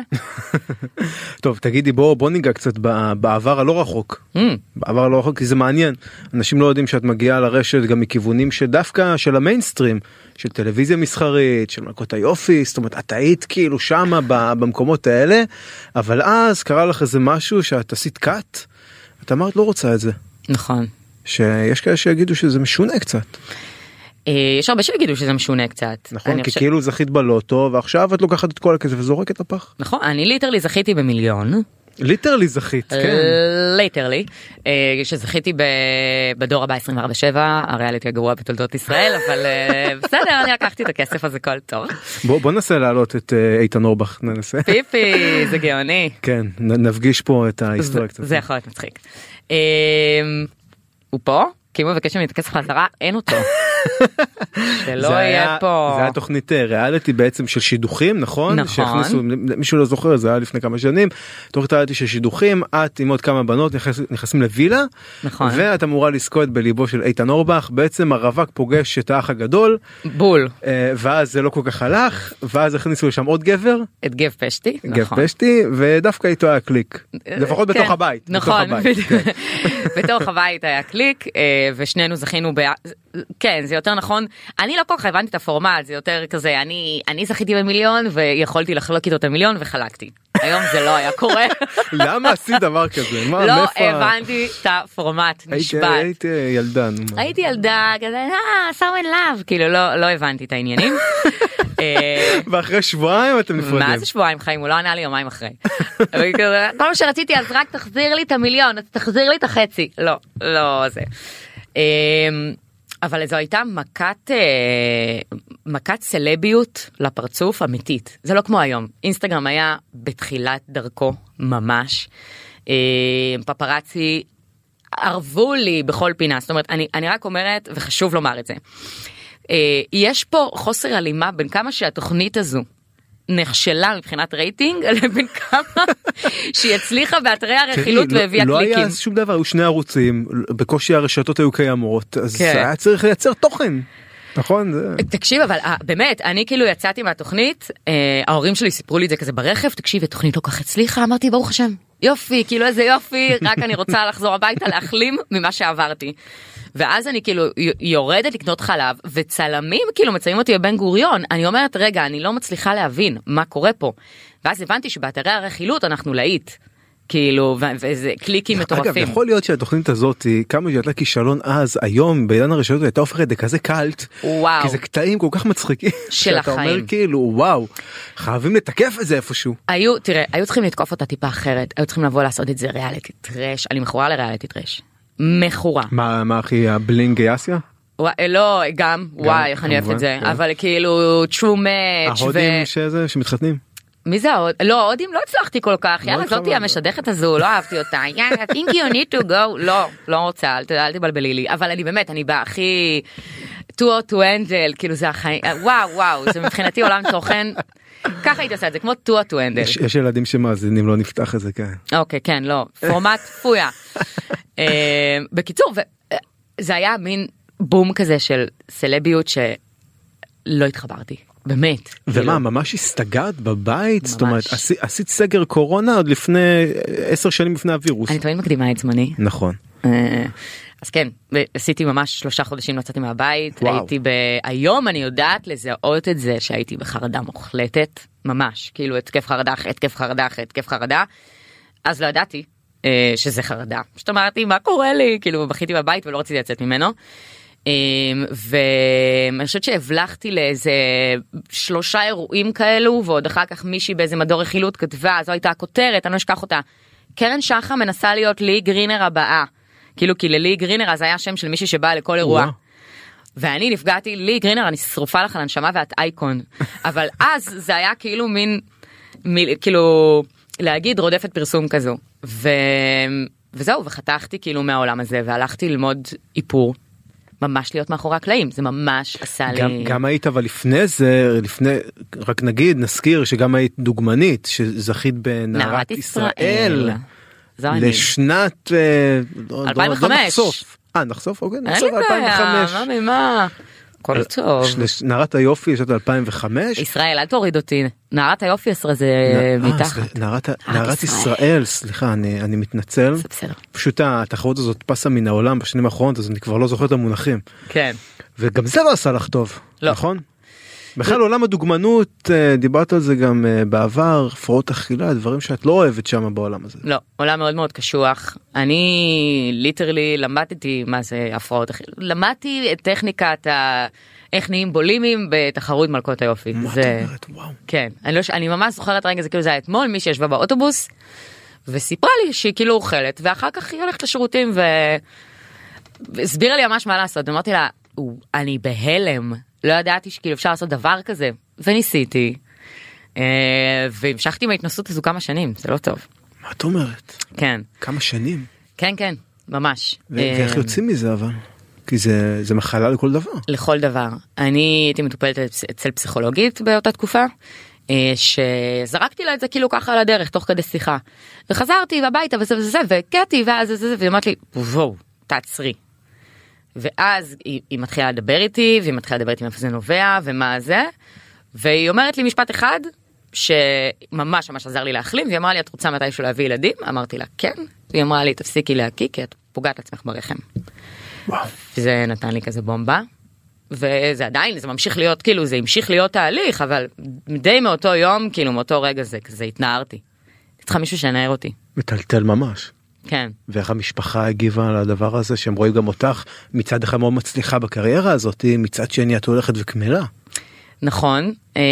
[SPEAKER 3] טוב, תגידי, בוא, בוא ניגע קצת ב- בעבר הלא רחוק.
[SPEAKER 2] Mm.
[SPEAKER 3] בעבר הלא רחוק, כי זה מעניין. אנשים לא יודעים שאת מגיעה לרשת גם מכיוונים שדווקא של המיינסטרים, של טלוויזיה מסחרית, של מלכות היופי, זאת אומרת, את היית כאילו שמה ב- במקומות האלה, אבל אז קרה לך איזה משהו שאת עשית קאט, את אמרת לא רוצה את זה.
[SPEAKER 2] נכון.
[SPEAKER 3] שיש כאלה שיגידו שזה משונה קצת.
[SPEAKER 2] אה, יש הרבה שיגידו שזה משונה קצת.
[SPEAKER 3] נכון?
[SPEAKER 2] אני
[SPEAKER 3] כי
[SPEAKER 2] חושבת-
[SPEAKER 3] כאילו זכית בלוטו, ועכשיו את לוקחת את כל הכסף וזורקת לפח.
[SPEAKER 2] נכון, אני ליטרלי זכיתי במיליון,
[SPEAKER 3] ליטרלי זכית, כן.
[SPEAKER 2] ליטרלי, אה, שזכיתי ב- בדור הבא 24/7, הריאליטי הגרוע בתולדות ישראל, אבל
[SPEAKER 3] *laughs*
[SPEAKER 2] אה, בסדר, אני לקחתי את הכסף הזה, הכל טוב.
[SPEAKER 3] בוא בוא ננסה להעלות את אה, איתן אורבך, ננסה.
[SPEAKER 2] פיפי, זה גאוני.
[SPEAKER 3] כן, נ- נפגיש פה את ההיסטוריה
[SPEAKER 2] זה-
[SPEAKER 3] קצת.
[SPEAKER 2] זה יכול להיות מצחיק. אה, הוא פה? כי אם הוא מבקש ממני את הכסף חזרה, אין
[SPEAKER 3] *laughs*
[SPEAKER 2] אותו. שלא
[SPEAKER 3] זה
[SPEAKER 2] יהיה
[SPEAKER 3] היה-
[SPEAKER 2] לא פה.
[SPEAKER 3] זה היה תוכנית אה, ריאליטי בעצם של שידוכים, נכון?
[SPEAKER 2] נכון.
[SPEAKER 3] שהכניסו, מישהו לא זוכר, זה היה לפני כמה שנים. תוכנית ריאליטי של שידוכים, את עם עוד כמה בנות נכנס- נכנסים לווילה.
[SPEAKER 2] נכון.
[SPEAKER 3] ואת אמורה לזכות בליבו של איתן אורבך. בעצם הרווק פוגש את האח הגדול,
[SPEAKER 2] בול.
[SPEAKER 3] אה, ואז זה לא כל כך הלך, ואז הכניסו לשם עוד גבר.
[SPEAKER 2] את גב פשטי.
[SPEAKER 3] גב
[SPEAKER 2] נכון.
[SPEAKER 3] פשטי ודווקא איתו היה קליק
[SPEAKER 2] אה,
[SPEAKER 3] לפחות
[SPEAKER 2] כן.
[SPEAKER 3] בתוך הבית
[SPEAKER 2] נכון,
[SPEAKER 3] בתוך הבית. כן.
[SPEAKER 2] בדיוק. *laughs* בתוך הבית היה קליק אה, ושנינו זכינו ב... כן זה יותר נכון אני לא כל כך הבנתי את הפורמט זה יותר כזה אני אני זכיתי במיליון ויכולתי לחלוק איתו את המיליון וחלקתי היום זה לא היה קורה
[SPEAKER 3] למה עשית דבר כזה *laughs* מה
[SPEAKER 2] לא
[SPEAKER 3] מאיפה ה-
[SPEAKER 2] הבנתי את הפורמט
[SPEAKER 3] הייתי-
[SPEAKER 2] נשבעת.
[SPEAKER 3] הייתי ילדה נו מה.
[SPEAKER 2] הייתי ילדה כזה אה סאו אין לאב כאילו לא לא הבנתי את
[SPEAKER 3] *laughs*
[SPEAKER 2] העניינים. אה,
[SPEAKER 3] ואחרי שבועיים אתם נפרדים
[SPEAKER 2] מה זה שבועיים חיים הוא לא ענה לי יומיים אחרי. *laughs* אבל כזה, כל מה שרציתי אז רק תחזיר לי את המיליון אז תחזיר לי את החצי לא לא זה. אמ, אבל זו הייתה מכת אה, מכת סלביות לפרצוף אמיתית זה לא כמו היום אינסטגרם היה בתחילת דרכו ממש אה, פפרצי. ערבו לי בכל פינה זאת אומרת אני אני רק אומרת וחשוב לומר את זה. אה, יש פה חוסר הלימה בין כמה שהתוכנית הזו נכשלה מבחינת רייטינג לבין
[SPEAKER 3] *laughs*
[SPEAKER 2] כמה שהיא הצליחה באתרי הרכילות
[SPEAKER 3] תראי, לא-
[SPEAKER 2] והביאה
[SPEAKER 3] לא
[SPEAKER 2] קליקים.
[SPEAKER 3] היה שום דבר היו שני ערוצים בקושי הרשתות היו קיימות אז
[SPEAKER 2] כן.
[SPEAKER 3] היה צריך לייצר תוכן נכון זה-
[SPEAKER 2] תקשיב אבל אה, באמת אני כאילו יצאתי מהתוכנית אה, ההורים שלי סיפרו לי את זה כזה ברכב תקשיב התוכנית לא כל כך הצליחה אמרתי ברוך השם יופי, כאילו איזה יופי, רק אני רוצה לחזור הביתה להחלים ממה שעברתי. ואז אני כאילו י- יורדת לקנות חלב, וצלמים כאילו מצלמים אותי בבן גוריון. אני אומרת, רגע, אני לא מצליחה להבין מה קורה פה. ואז הבנתי שבאתרי הרכילות אנחנו להיט. כאילו, ו- וזה קליקים
[SPEAKER 3] אגב,
[SPEAKER 2] מטורפים.
[SPEAKER 3] יכול להיות שהתוכנית הזאת, היא- כמה שהיא הייתה כישלון אז, היום, בעידן הרשתות הייתה הופכת לכזה קאלט.
[SPEAKER 2] וואו.
[SPEAKER 3] כי זה קטעים כל כך מצחיקים.
[SPEAKER 2] של
[SPEAKER 3] שאתה אומר
[SPEAKER 2] החיים.
[SPEAKER 3] כאילו, וואו, חייבים לתקף את זה איפשהו.
[SPEAKER 2] היו, תראה, היו צריכים לתקוף אותה טיפה אחרת, היו צריכים לבוא לעשות את זה ריאליטי טרש, אני מכורה לריאליטי טרש. מכורה.
[SPEAKER 3] מה, מה אחי, הבלינג אסיה?
[SPEAKER 2] וואי, לא, גם, וואי, איך אני אוהבת
[SPEAKER 3] כמובן,
[SPEAKER 2] את זה,
[SPEAKER 3] כן.
[SPEAKER 2] אבל כאילו, true match, ו...
[SPEAKER 3] ההודים שזה, שמתחתנים.
[SPEAKER 2] מי זה ההוד? לא, ההודים לא הצלחתי כל כך, יאללה,
[SPEAKER 3] התחברנו.
[SPEAKER 2] זאתי המשדכת הזו, לא אהבתי
[SPEAKER 3] *laughs*
[SPEAKER 2] אותה, יאללה, I think you need to go, לא, לא רוצה, אל ת- אל תבלבלי לי, אבל אני באמת, אני באה הכי... too hot to handle, כאילו זה החיים, וואו, וואו, זה מבחינתי עולם תוכן, ככה הייתי עושה את זה, כמו too hot to handle.
[SPEAKER 3] יש- יש ילדים שמאזינים, לא נפתח את זה, כן.
[SPEAKER 2] אוקיי, כן, לא,
[SPEAKER 3] *laughs*
[SPEAKER 2] פורמט פויה. אה, בקיצור, ו- אה, זה היה מין בום כזה של סלביות שלא התחברתי, באמת.
[SPEAKER 3] ומה, ממש הסתגרת בבית? זאת
[SPEAKER 2] לא- ממש.
[SPEAKER 3] אומרת, עשי- עשית סגר קורונה עוד לפני אה, עשר שנים לפני הווירוס.
[SPEAKER 2] אני תמיד מקדימה את זמני.
[SPEAKER 3] נכון.
[SPEAKER 2] אה, אז כן, עשיתי ממש שלושה חודשים לא יצאתי מהבית,
[SPEAKER 3] וואו.
[SPEAKER 2] הייתי ב... היום אני יודעת לזהות את זה שהייתי בחרדה מוחלטת, ממש, כאילו התקף חרדה אחרי התקף חרדה אחרי התקף חרדה, אז לא ידעתי אה, שזה חרדה, פשוט אמרתי מה קורה לי, כאילו בכיתי בבית ולא רציתי לצאת ממנו. אה, ואני חושבת שהבלחתי לאיזה שלושה אירועים כאלו ועוד אחר כך מישהי באיזה מדור רכילות כתבה זו הייתה הכותרת אני לא אשכח אותה. קרן שחם מנסה להיות לי גרינר הבאה. כאילו כי ללי גרינר אז היה שם של מישהי שבאה לכל אירוע.
[SPEAKER 3] וואו.
[SPEAKER 2] ואני נפגעתי לי גרינר אני שרופה לך על הנשמה ואת
[SPEAKER 3] *laughs*
[SPEAKER 2] אייקון אבל אז זה היה כאילו מין מ, כאילו להגיד רודפת פרסום כזו ו, וזהו וחתכתי כאילו מהעולם הזה והלכתי ללמוד איפור. ממש להיות מאחורי הקלעים זה ממש עשה
[SPEAKER 3] גם,
[SPEAKER 2] לי
[SPEAKER 3] גם היית אבל לפני זה לפני רק נגיד נזכיר שגם היית דוגמנית שזכית בנערת ישראל
[SPEAKER 2] זו לא, אני.
[SPEAKER 3] לשנת אה, לא- לא-
[SPEAKER 2] 2005.
[SPEAKER 3] לא נחשוף. אה נחשוף אוקיי
[SPEAKER 2] אין לי
[SPEAKER 3] נחשוף
[SPEAKER 2] בעיה
[SPEAKER 3] 2005.
[SPEAKER 2] מה ממה הכל
[SPEAKER 3] אה,
[SPEAKER 2] טוב
[SPEAKER 3] של- נערת היופי לשנת 2005.
[SPEAKER 2] ישראל אל תוריד אותי נערת היופי עשרה זה
[SPEAKER 3] נ- אה,
[SPEAKER 2] מתחת.
[SPEAKER 3] סליחה, נערת נערת
[SPEAKER 2] ישראל.
[SPEAKER 3] ישראל סליחה אני אני מתנצל
[SPEAKER 2] זה בסדר.
[SPEAKER 3] פשוט התחרות הזאת פסה מן העולם בשנים האחרונות אז אני כבר לא זוכר את המונחים
[SPEAKER 2] כן.
[SPEAKER 3] וגם זה לא עשה לך טוב
[SPEAKER 2] לא.
[SPEAKER 3] נכון. בכלל עולם הדוגמנות אה, דיברת על זה גם אה, בעבר הפרעות אכילה דברים שאת לא אוהבת שם בעולם הזה.
[SPEAKER 2] לא, עולם מאוד מאוד קשוח. אני ליטרלי למדתי מה זה הפרעות אכילה. למדתי את טכניקת ה... איך נהיים בולימים בתחרות מלכות היופי.
[SPEAKER 3] מה את
[SPEAKER 2] זה...
[SPEAKER 3] אומרת וואו.
[SPEAKER 2] כן, אני, לא, ש- אני ממש זוכרת רגע, זה כאילו זה היה אתמול, מי שישבה באוטובוס וסיפרה לי שהיא כאילו אוכלת, ואחר כך היא הולכת לשירותים ו... והסבירה לי ממש מה לעשות, אמרתי לה, "או, אני בהלם, לא ידעתי שכאילו אפשר לעשות דבר כזה, וניסיתי, אה, והמשכתי עם ההתנסות הזו כמה שנים, זה לא טוב,
[SPEAKER 3] מה את אומרת
[SPEAKER 2] כן,
[SPEAKER 3] כמה שנים
[SPEAKER 2] כן כן, ממש.
[SPEAKER 3] ו- ואיך
[SPEAKER 2] אה,
[SPEAKER 3] יוצאים מזה אבל כי זה זה מחלה לכל דבר.
[SPEAKER 2] לכל דבר. אני הייתי מטופלת אצל פסיכולוגית באותה תקופה, אה, שזרקתי לה את זה כאילו ככה על הדרך, תוך כדי שיחה. וחזרתי הביתה וזה וזה זה, והכיתי ואז זה זה זה, והיא אמרת לי, וואו, תעצרי. ואז היא, היא מתחילה לדבר איתי, והיא מתחילה לדבר איתי מאיפה זה נובע ומה זה, והיא אומרת לי משפט אחד, שממש ממש עזר לי להחלים, והיא אמרה לי, את רוצה מתישהו להביא ילדים? אמרתי לה, כן. והיא אמרה לי, תפסיקי להקיא, כי את פוגעת לעצמך ברחם.
[SPEAKER 3] וואו.
[SPEAKER 2] זה נתן לי כזה בומבה. וזה עדיין זה ממשיך להיות כאילו זה המשיך להיות תהליך אבל די מאותו יום כאילו מאותו רגע זה כזה התנערתי. אני צריכה מישהו שינער אותי.
[SPEAKER 3] מטלטל ממש.
[SPEAKER 2] כן.
[SPEAKER 3] ואיך המשפחה הגיבה על הדבר הזה שהם רואים גם אותך מצד אחד מאוד מצליחה בקריירה הזאת מצד שני את הולכת וקמלה.
[SPEAKER 2] נכון. אמ,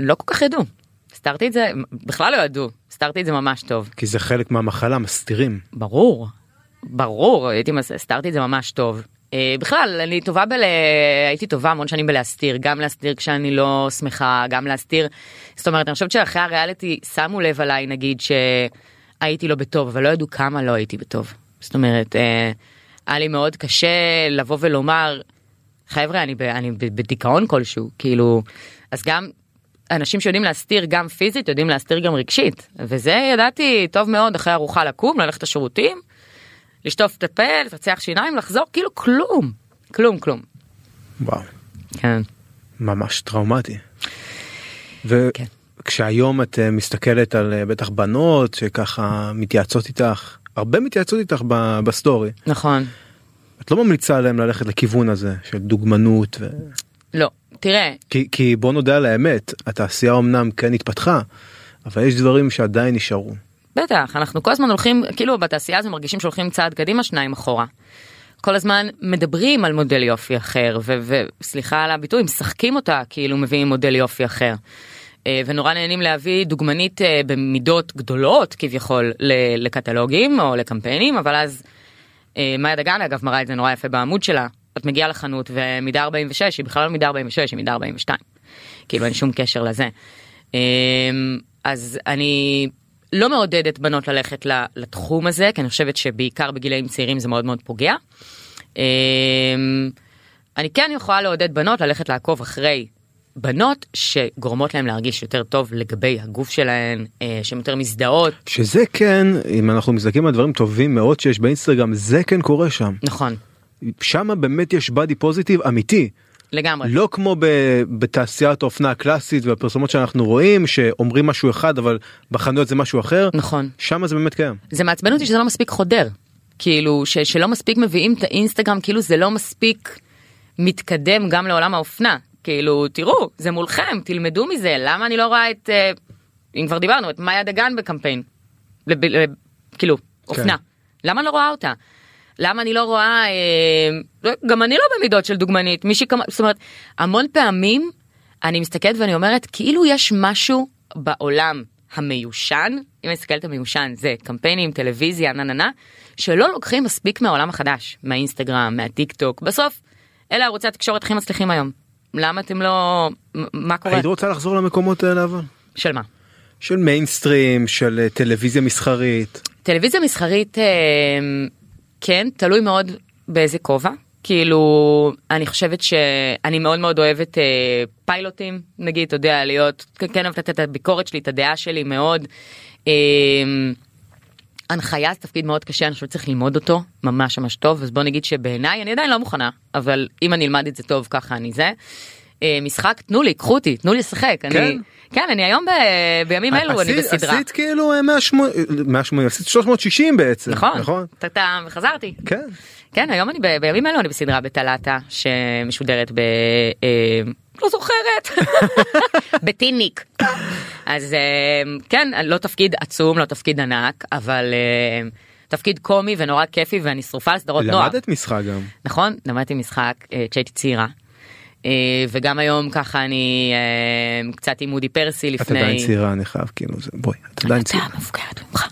[SPEAKER 2] לא כל כך ידעו. הסתרתי את זה בכלל לא ידעו. הסתרתי את זה ממש טוב.
[SPEAKER 3] כי זה חלק מהמחלה מסתירים.
[SPEAKER 2] ברור. ברור הייתי מס- הסתרתי את זה ממש טוב. אה, בכלל אני טובה בל... הייתי טובה המון שנים בלהסתיר גם להסתיר כשאני לא שמחה גם להסתיר. זאת אומרת אני חושבת שאחרי הריאליטי שמו לב עליי נגיד שהייתי לא בטוב אבל לא ידעו כמה לא הייתי בטוב. זאת אומרת אה, היה לי מאוד קשה לבוא ולומר חבר'ה אני, ב... אני ב- בדיכאון כלשהו כאילו אז גם. אנשים שיודעים להסתיר גם פיזית יודעים להסתיר גם רגשית וזה ידעתי טוב מאוד אחרי ארוחה לקום ללכת לשירותים לשטוף את הפה, לפצח שיניים, לחזור, כאילו כלום. כלום, כלום.
[SPEAKER 3] וואו.
[SPEAKER 2] כן.
[SPEAKER 3] ממש טראומטי. וכמה
[SPEAKER 2] כן.
[SPEAKER 3] כשהיום את אה, מסתכלת על אה, בטח בנות שככה מתייעצות איתך, הרבה מתייעצות איתך ב- בסטורי.
[SPEAKER 2] נכון.
[SPEAKER 3] את לא ממליצה להם ללכת לכיוון הזה של דוגמנות. ו...
[SPEAKER 2] לא, תראה,
[SPEAKER 3] כי, כי בוא נודה על האמת, התעשייה אמנם כן התפתחה, אבל יש דברים שעדיין נשארו.
[SPEAKER 2] בטח, אנחנו כל הזמן הולכים, כאילו בתעשייה הזו מרגישים שהולכים צעד קדימה, שניים אחורה. כל הזמן מדברים על מודל יופי אחר, וסליחה על הביטוי, משחקים אותה כאילו מביאים מודל יופי אחר. אה, ונורא נהנים להביא דוגמנית אה, במידות גדולות כביכול ל- לקטלוגים או לקמפיינים, אבל אז אה, מאיה דגן אגב מראה את זה נורא יפה בעמוד שלה. את מגיעה לחנות ומידה 46 היא בכלל לא מידה 46 היא מידה 42. כאילו אין שום קשר לזה. אה, אז אני לא מעודדת בנות ללכת ל- לתחום הזה כי אני חושבת שבעיקר בגילאים צעירים זה מאוד מאוד פוגע. אה, אני כן יכולה לעודד בנות ללכת לעקוב אחרי בנות שגורמות להן להרגיש יותר טוב לגבי הגוף שלהן, אה, שהן יותר מזדהות.
[SPEAKER 3] שזה כן, אם אנחנו מסתכלים על דברים טובים מאוד שיש באינסטגרם, זה כן קורה שם.
[SPEAKER 2] נכון,
[SPEAKER 3] שם באמת יש בדי פוזיטיב אמיתי.
[SPEAKER 2] לגמרי.
[SPEAKER 3] לא כמו ב- בתעשיית האופנה הקלאסית והפרסומות שאנחנו רואים שאומרים משהו אחד אבל בחנויות זה משהו אחר.
[SPEAKER 2] נכון.
[SPEAKER 3] שם זה באמת קיים.
[SPEAKER 2] זה מעצבן אותי שזה לא מספיק חודר. כאילו, ש, שלא מספיק מביאים את האינסטגרם, כאילו זה לא מספיק מתקדם גם לעולם האופנה. כאילו, תראו, זה מולכם, תלמדו מזה, למה אני לא רואה את, אה, אם כבר דיברנו, את מאיה דגן בקמפיין. לב, לב, כאילו, אופנה. למה אני לא רואה אותה? למה אני לא רואה, אה, לא, גם אני לא במידות של דוגמנית, מישהי כמה, זאת אומרת, המון פעמים אני מסתכלת ואני אומרת, כאילו יש משהו בעולם המיושן, אם אני מסתכלת על מיושן, זה קמפיינים, טלוויזיה, נה נה נה, שלא לוקחים מספיק מהעולם החדש, מהאינסטגרם, מהטיק טוק, בסוף, אלה ערוצי התקשורת הכי מצליחים היום. למה אתם לא, מ- מה קורה?
[SPEAKER 3] היית רוצה לחזור למקומות האלה אבל?
[SPEAKER 2] של מה?
[SPEAKER 3] של מיינסטרים, של אה, טלוויזיה מסחרית.
[SPEAKER 2] טלוויזיה מסחרית, אה, כן, תלוי מאוד באיזה כובע. כאילו, אני חושבת שאני מאוד מאוד אוהבת אה, פיילוטים, נגיד, אתה יודע, להיות, כן, כן אוהבת לתת את הביקורת שלי, את הדעה שלי מאוד. אה, הנחיה זה תפקיד מאוד קשה, אני חושבת שצריך ללמוד אותו ממש ממש טוב, אז בוא נגיד שבעיניי אני עדיין לא מוכנה, אבל אם אני אלמד את זה טוב ככה אני זה. אה, משחק, תנו לי, קחו אותי, תנו לי לשחק. כן? אני, כן, אני היום ב, בימים אלו, אני
[SPEAKER 3] אה, עשית-
[SPEAKER 2] בסדרה.
[SPEAKER 3] עשית כאילו אה, 180, אה, 180, עשית 360 בעצם.
[SPEAKER 2] נכון,
[SPEAKER 3] נכון?
[SPEAKER 2] טאטאם, וחזרתי.
[SPEAKER 3] כן.
[SPEAKER 2] כן, היום אני, ב- בימים אלו אני בסדרה בטלטה, שמשודרת ב... אה, לא זוכרת, *laughs* בטיניק. אז אה, כן, לא תפקיד עצום, לא תפקיד ענק, אבל אה, תפקיד קומי ונורא כיפי ואני שרופה על סדרות נוער.
[SPEAKER 3] למדת משחק גם.
[SPEAKER 2] נכון, למדתי משחק אה, כשהייתי צעירה. אה, וגם היום ככה אני אה, קצת עם אודי פרסי
[SPEAKER 3] את
[SPEAKER 2] לפני...
[SPEAKER 3] עדיין צעירה אני חייב כאילו זה בואי את עדיין צעירה
[SPEAKER 2] אתה מבוגרת ממך.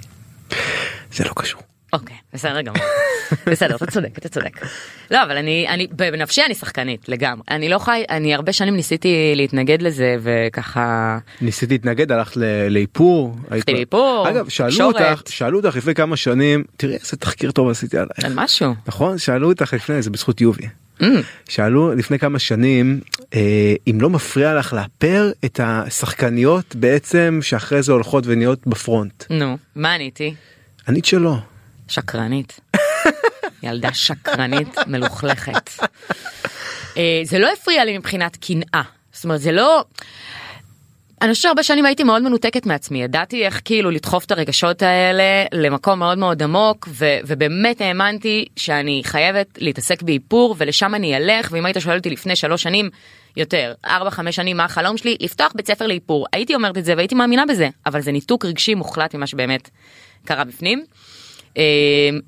[SPEAKER 3] זה לא קשור.
[SPEAKER 2] אוקיי, בסדר גמור. *laughs* בסדר, אתה צודק, אתה צודק. לא, אבל אני, אני, בנפשי אני שחקנית לגמרי. אני לא חי, אני הרבה שנים ניסיתי להתנגד לזה וככה...
[SPEAKER 3] ניסיתי להתנגד הלכת ל- לאיפור. היית-
[SPEAKER 2] לאיפור,
[SPEAKER 3] אגב שאלו
[SPEAKER 2] תקשורת.
[SPEAKER 3] אותך שאלו אותך לפני כמה שנים תראי איזה תחקיר טוב עשיתי
[SPEAKER 2] על
[SPEAKER 3] עלייך.
[SPEAKER 2] משהו.
[SPEAKER 3] נכון שאלו אותך לפני זה בזכות יובי.
[SPEAKER 2] Mm,
[SPEAKER 3] שאלו לפני כמה שנים אה, אם לא מפריע לך לאפר את השחקניות בעצם שאחרי זה הולכות ונהיות בפרונט.
[SPEAKER 2] נו, מה עניתי?
[SPEAKER 3] ענית שלא.
[SPEAKER 2] שקרנית. ילדה שקרנית מלוכלכת. אה, זה לא הפריע לי מבחינת קנאה. זאת אומרת, זה לא... אני חושבת שהרבה שנים הייתי מאוד מנותקת מעצמי, ידעתי איך כאילו לדחוף את הרגשות האלה למקום מאוד מאוד עמוק, ו- ובאמת האמנתי שאני חייבת להתעסק באיפור ולשם אני אלך, ואם היית שואל אותי לפני שלוש שנים, יותר, ארבע, חמש שנים, מה החלום שלי? לפתוח בית ספר לאיפור. הייתי אומרת את זה והייתי מאמינה בזה, אבל זה ניתוק רגשי מוחלט ממה שבאמת קרה בפנים. אה,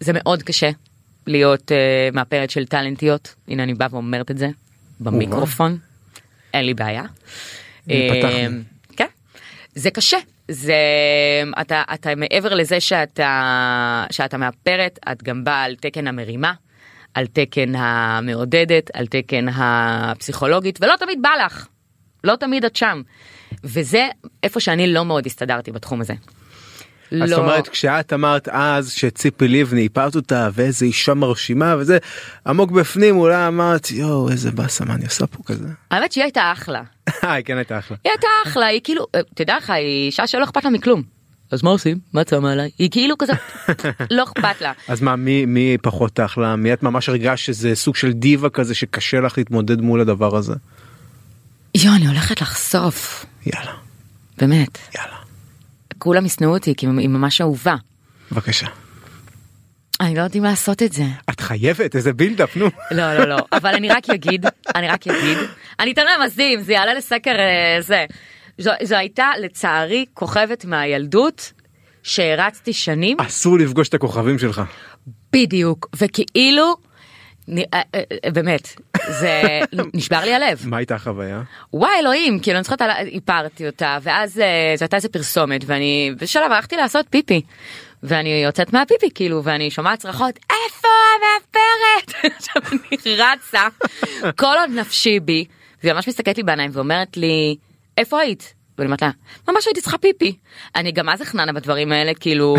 [SPEAKER 2] זה מאוד קשה להיות אה, מאפרת של טאלנטיות, הנה אני באה ואומרת את זה במיקרופון, אין לי בעיה.
[SPEAKER 3] פתחנו.
[SPEAKER 2] אמ, כן. זה קשה. זה אתה אתה מעבר לזה שאתה שאתה מאפרת את גם באה על תקן המרימה. על תקן המעודדת, על תקן הפסיכולוגית, ולא תמיד בא לך, לא תמיד את שם. וזה איפה שאני לא מאוד הסתדרתי בתחום הזה. לא.
[SPEAKER 3] אז זאת אומרת כשאת אמרת אז שציפי לבני איפרת אותה ואיזה אישה מרשימה וזה עמוק בפנים אולי אמרת יואו איזה באסה מה אני עושה פה כזה. *laughs*
[SPEAKER 2] האמת שהיא הייתה אחלה.
[SPEAKER 3] היי כן הייתה אחלה.
[SPEAKER 2] היא הייתה אחלה, היא כאילו, אה, תדע לך, היא אישה שלא אכפת לה מכלום. אז מה עושים? מה צמה עליי? היא כאילו כזה, לא אכפת לה.
[SPEAKER 3] אז מה מי מי פחות אחלה מי את ממש הרגשת שזה סוג של דיבה כזה שקשה לך להתמודד מול הדבר הזה.
[SPEAKER 2] יואו, אני הולכת לחשוף.
[SPEAKER 3] יאללה.
[SPEAKER 2] באמת.
[SPEAKER 3] יאללה.
[SPEAKER 2] כולם ישנאו אותי כי היא ממש אהובה.
[SPEAKER 3] בבקשה.
[SPEAKER 2] אני לא יודעת אם לעשות את זה.
[SPEAKER 3] את חייבת איזה
[SPEAKER 2] *laughs*
[SPEAKER 3] בילדאפ נו.
[SPEAKER 2] לא לא לא אבל אני רק אגיד אני רק אגיד אני אתן להם עזים זה יעלה לסקר אה, זה. זו, זו הייתה לצערי כוכבת מהילדות שהרצתי שנים
[SPEAKER 3] אסור לפגוש את הכוכבים שלך.
[SPEAKER 2] בדיוק וכאילו נ- אה, אה, אה, באמת זה נשבר לי הלב.
[SPEAKER 3] מה הייתה החוויה?
[SPEAKER 2] וואי אלוהים כאילו אני זוכרת על- איפרתי אותה ואז אה, זו הייתה איזה פרסומת ואני בשלב הלכתי לעשות פיפי. ואני יוצאת מהפיפי כאילו ואני שומעת צרחות איפה המאפרת *laughs* עכשיו אני רצה כל עוד נפשי בי והיא ממש מסתכלת לי בעיניים ואומרת לי איפה היית. ואני אומרת לה ממש הייתי צריכה פיפי אני גם אז חננה בדברים האלה כאילו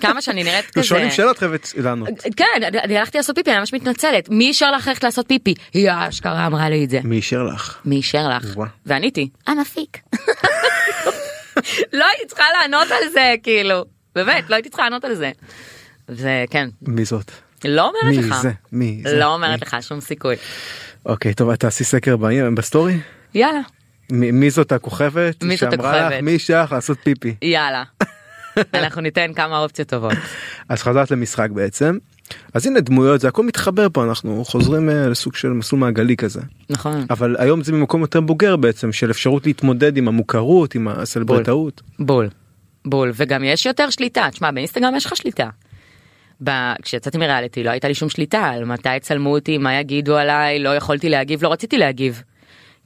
[SPEAKER 2] כמה שאני נראית
[SPEAKER 3] לא,
[SPEAKER 2] כזה.
[SPEAKER 3] שואלים שאלות חייבת לענות.
[SPEAKER 2] כן אני- אני הלכתי לעשות פיפי אני ממש מתנצלת מי אישר לך ללכת לעשות פיפי היא אשכרה אמרה לי את זה.
[SPEAKER 3] מי אישר לך?
[SPEAKER 2] מי אישר לך?
[SPEAKER 3] וואו.
[SPEAKER 2] ועניתי, המפיק. לא הייתי צריכה לענות על זה, כאילו, באמת, לא הייתי צריכה לענות על זה. זה כן,
[SPEAKER 3] מי זאת?
[SPEAKER 2] לא אומרת
[SPEAKER 3] מי
[SPEAKER 2] לך.
[SPEAKER 3] זה? מי זה?
[SPEAKER 2] לא אומרת
[SPEAKER 3] מי?
[SPEAKER 2] לך שום סיכוי.
[SPEAKER 3] אוקיי טוב את תעשי סקר בעניין- בסטורי?
[SPEAKER 2] יאללה,
[SPEAKER 3] מי מי זאת הכוכבת?
[SPEAKER 2] מי זאת
[SPEAKER 3] שאמרה לך,
[SPEAKER 2] הכוכבת?
[SPEAKER 3] מי אישר לך לעשות פיפי? *laughs*
[SPEAKER 2] יאללה. אנחנו ניתן כמה אופציות טובות.
[SPEAKER 3] אז חזרת למשחק בעצם. אז הנה דמויות זה הכל מתחבר פה אנחנו חוזרים אה, לסוג של מסלול מעגלי כזה
[SPEAKER 2] נכון,
[SPEAKER 3] אבל היום זה ממקום יותר בוגר בעצם של אפשרות להתמודד עם המוכרות עם הסלבריטאות.
[SPEAKER 2] בול. בול, וגם יש יותר שליטה. תשמע, באינסטגרם יש לך שליטה. ב- כשיצאתי מריאליטי לא הייתה לי שום שליטה על מתי יצלמו אותי, מה יגידו עליי, לא יכולתי להגיב, לא רציתי להגיב.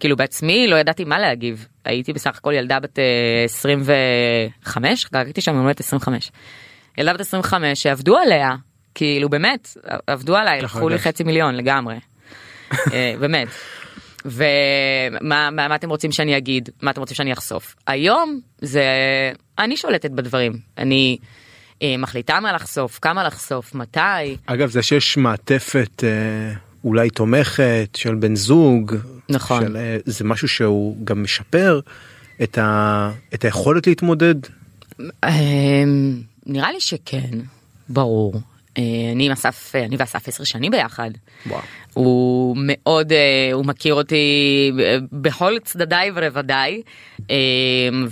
[SPEAKER 2] כאילו בעצמי לא ידעתי מה להגיב. הייתי בסך הכל ילדה בת אה, 25, חגגתי שם יום הולדת 25. ילדה בת 25 שעבדו עליה, כאילו באמת, עבדו עליי, לקחו לי
[SPEAKER 3] אגב.
[SPEAKER 2] חצי מיליון לגמרי. אה, באמת. ומה מה, מה אתם רוצים שאני אגיד מה אתם רוצים שאני אחשוף היום זה אני שולטת בדברים אני אה, מחליטה מה לחשוף כמה לחשוף מתי
[SPEAKER 3] אגב זה שיש מעטפת אה, אולי תומכת של בן זוג.
[SPEAKER 2] נכון.
[SPEAKER 3] של, אה, זה משהו שהוא גם משפר את, ה, את היכולת להתמודד.
[SPEAKER 2] אה, נראה לי שכן ברור אה, אני עם אסף אה, אני ואסף עשר שנים ביחד
[SPEAKER 3] וואו.
[SPEAKER 2] הוא מאוד אה, הוא מכיר אותי אה, בכל צדדיי ורבדיי אה,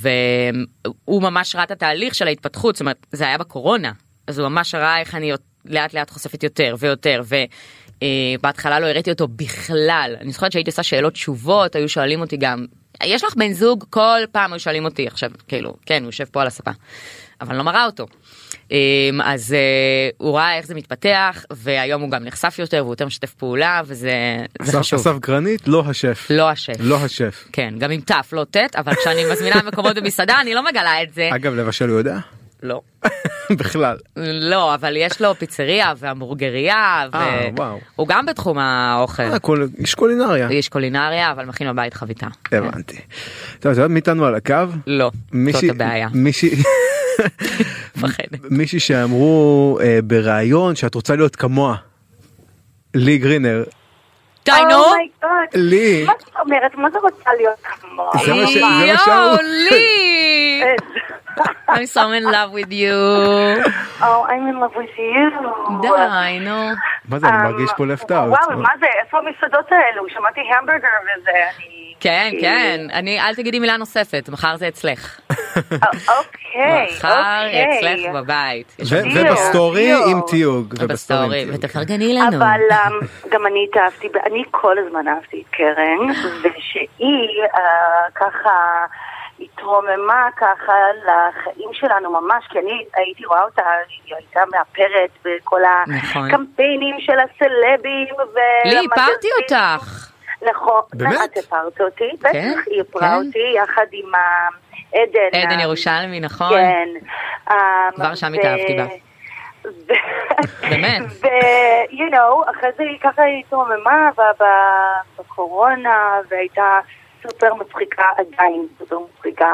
[SPEAKER 2] והוא ממש ראה את התהליך של ההתפתחות זאת אומרת זה היה בקורונה אז הוא ממש ראה איך אני לאט לאט חושפת יותר ויותר ובהתחלה לא הראיתי אותו בכלל אני זוכרת שהייתי עושה שאלות תשובות היו שואלים אותי גם יש לך בן זוג כל פעם היו שואלים אותי עכשיו כאילו כן הוא יושב פה על הספה אבל אני לא מראה אותו. אמ, אז אה, הוא ראה איך זה מתפתח והיום הוא גם נחשף יותר והוא יותר משתף פעולה וזה זה
[SPEAKER 3] אסף-
[SPEAKER 2] חשוב.
[SPEAKER 3] אסף גרנית לא השף.
[SPEAKER 2] לא השף.
[SPEAKER 3] לא השף.
[SPEAKER 2] כן, גם עם תף, לא טט, אבל כשאני מזמינה מקומות במסעדה אני לא מגלה את זה.
[SPEAKER 3] אגב לבשל הוא יודע? *laughs*
[SPEAKER 2] לא.
[SPEAKER 3] בכלל.
[SPEAKER 2] לא, אבל יש לו פיצריה והמבורגריה,
[SPEAKER 3] אה, וואו.
[SPEAKER 2] והוא גם בתחום האוכל.
[SPEAKER 3] אה, הכל- יש קולינריה.
[SPEAKER 2] יש קולינריה, אבל מכין בבית חביתה.
[SPEAKER 3] הבנתי. טוב, את יודעת מי איתנו על הקו?
[SPEAKER 2] לא,
[SPEAKER 3] מישהי-
[SPEAKER 2] אה. זאת הבעיה,
[SPEAKER 3] מישהי-
[SPEAKER 2] מפחדת.
[SPEAKER 3] מישהי שאמרו אה, בריאיון שאת רוצה להיות כמוה. לי גרינר.
[SPEAKER 2] די נו!
[SPEAKER 4] אומייגוד.
[SPEAKER 3] לי.
[SPEAKER 4] Oh מה זאת אומרת? מה זה רוצה להיות כמוה?
[SPEAKER 3] זה מה ש- זה מה
[SPEAKER 2] יואו,
[SPEAKER 3] שאמרו.
[SPEAKER 2] לי! I'm so in love with you.
[SPEAKER 4] Oh, I'm in love with you.
[SPEAKER 2] די, נו.
[SPEAKER 3] מה זה, אני
[SPEAKER 4] אמ,
[SPEAKER 3] מרגיש פה left out.
[SPEAKER 4] וואו, מה זה? איפה המסעדות האלו? שמעתי המברגר וזה, אני...
[SPEAKER 2] כן, כן. אני, אל תגידי מילה נוספת, מחר זה אצלך.
[SPEAKER 4] אה, אוקיי,
[SPEAKER 2] מחר אצלך
[SPEAKER 4] אוקיי.
[SPEAKER 2] בבית. יש
[SPEAKER 3] ו- אוקיי.
[SPEAKER 2] לך
[SPEAKER 4] דיוק,
[SPEAKER 3] ובסטורי
[SPEAKER 4] דיוק.
[SPEAKER 3] עם תיוג. ובסטורי
[SPEAKER 2] בסטורי,
[SPEAKER 3] עם תיוג.
[SPEAKER 2] ותפרגני לנו.
[SPEAKER 4] אבל אמ, גם אני התאהבתי, ב- אני כל הזמן אהבתי את
[SPEAKER 2] *laughs*
[SPEAKER 4] קרן, ושהיא אה, ככה התרוממה ככה לחיים שלנו ממש, כי אני הייתי רואה אותה, היא הייתה מאפרת בכל
[SPEAKER 2] נכון.
[SPEAKER 4] הקמפיינים של הסלבים. ו-
[SPEAKER 2] לי,
[SPEAKER 4] המגזין.
[SPEAKER 2] הפרתי אותך.
[SPEAKER 4] נכון,
[SPEAKER 3] באמת?
[SPEAKER 4] את הפרת אותי, בטח, היא הפרה
[SPEAKER 2] כן.
[SPEAKER 4] אותי יחד עם ה- עדן.
[SPEAKER 2] עדן
[SPEAKER 4] ה-
[SPEAKER 2] ירושלמי, נכון?
[SPEAKER 4] כן. אמ,
[SPEAKER 2] כבר שם
[SPEAKER 4] ו-
[SPEAKER 2] התאהבתי
[SPEAKER 4] *laughs*
[SPEAKER 2] בה.
[SPEAKER 4] ו-
[SPEAKER 2] באמת.
[SPEAKER 4] ו... you know, אחרי זה היא ככה התרוממה ב- ב- בקורונה, והייתה סופר מצחיקה, עדיין סופר מצחיקה.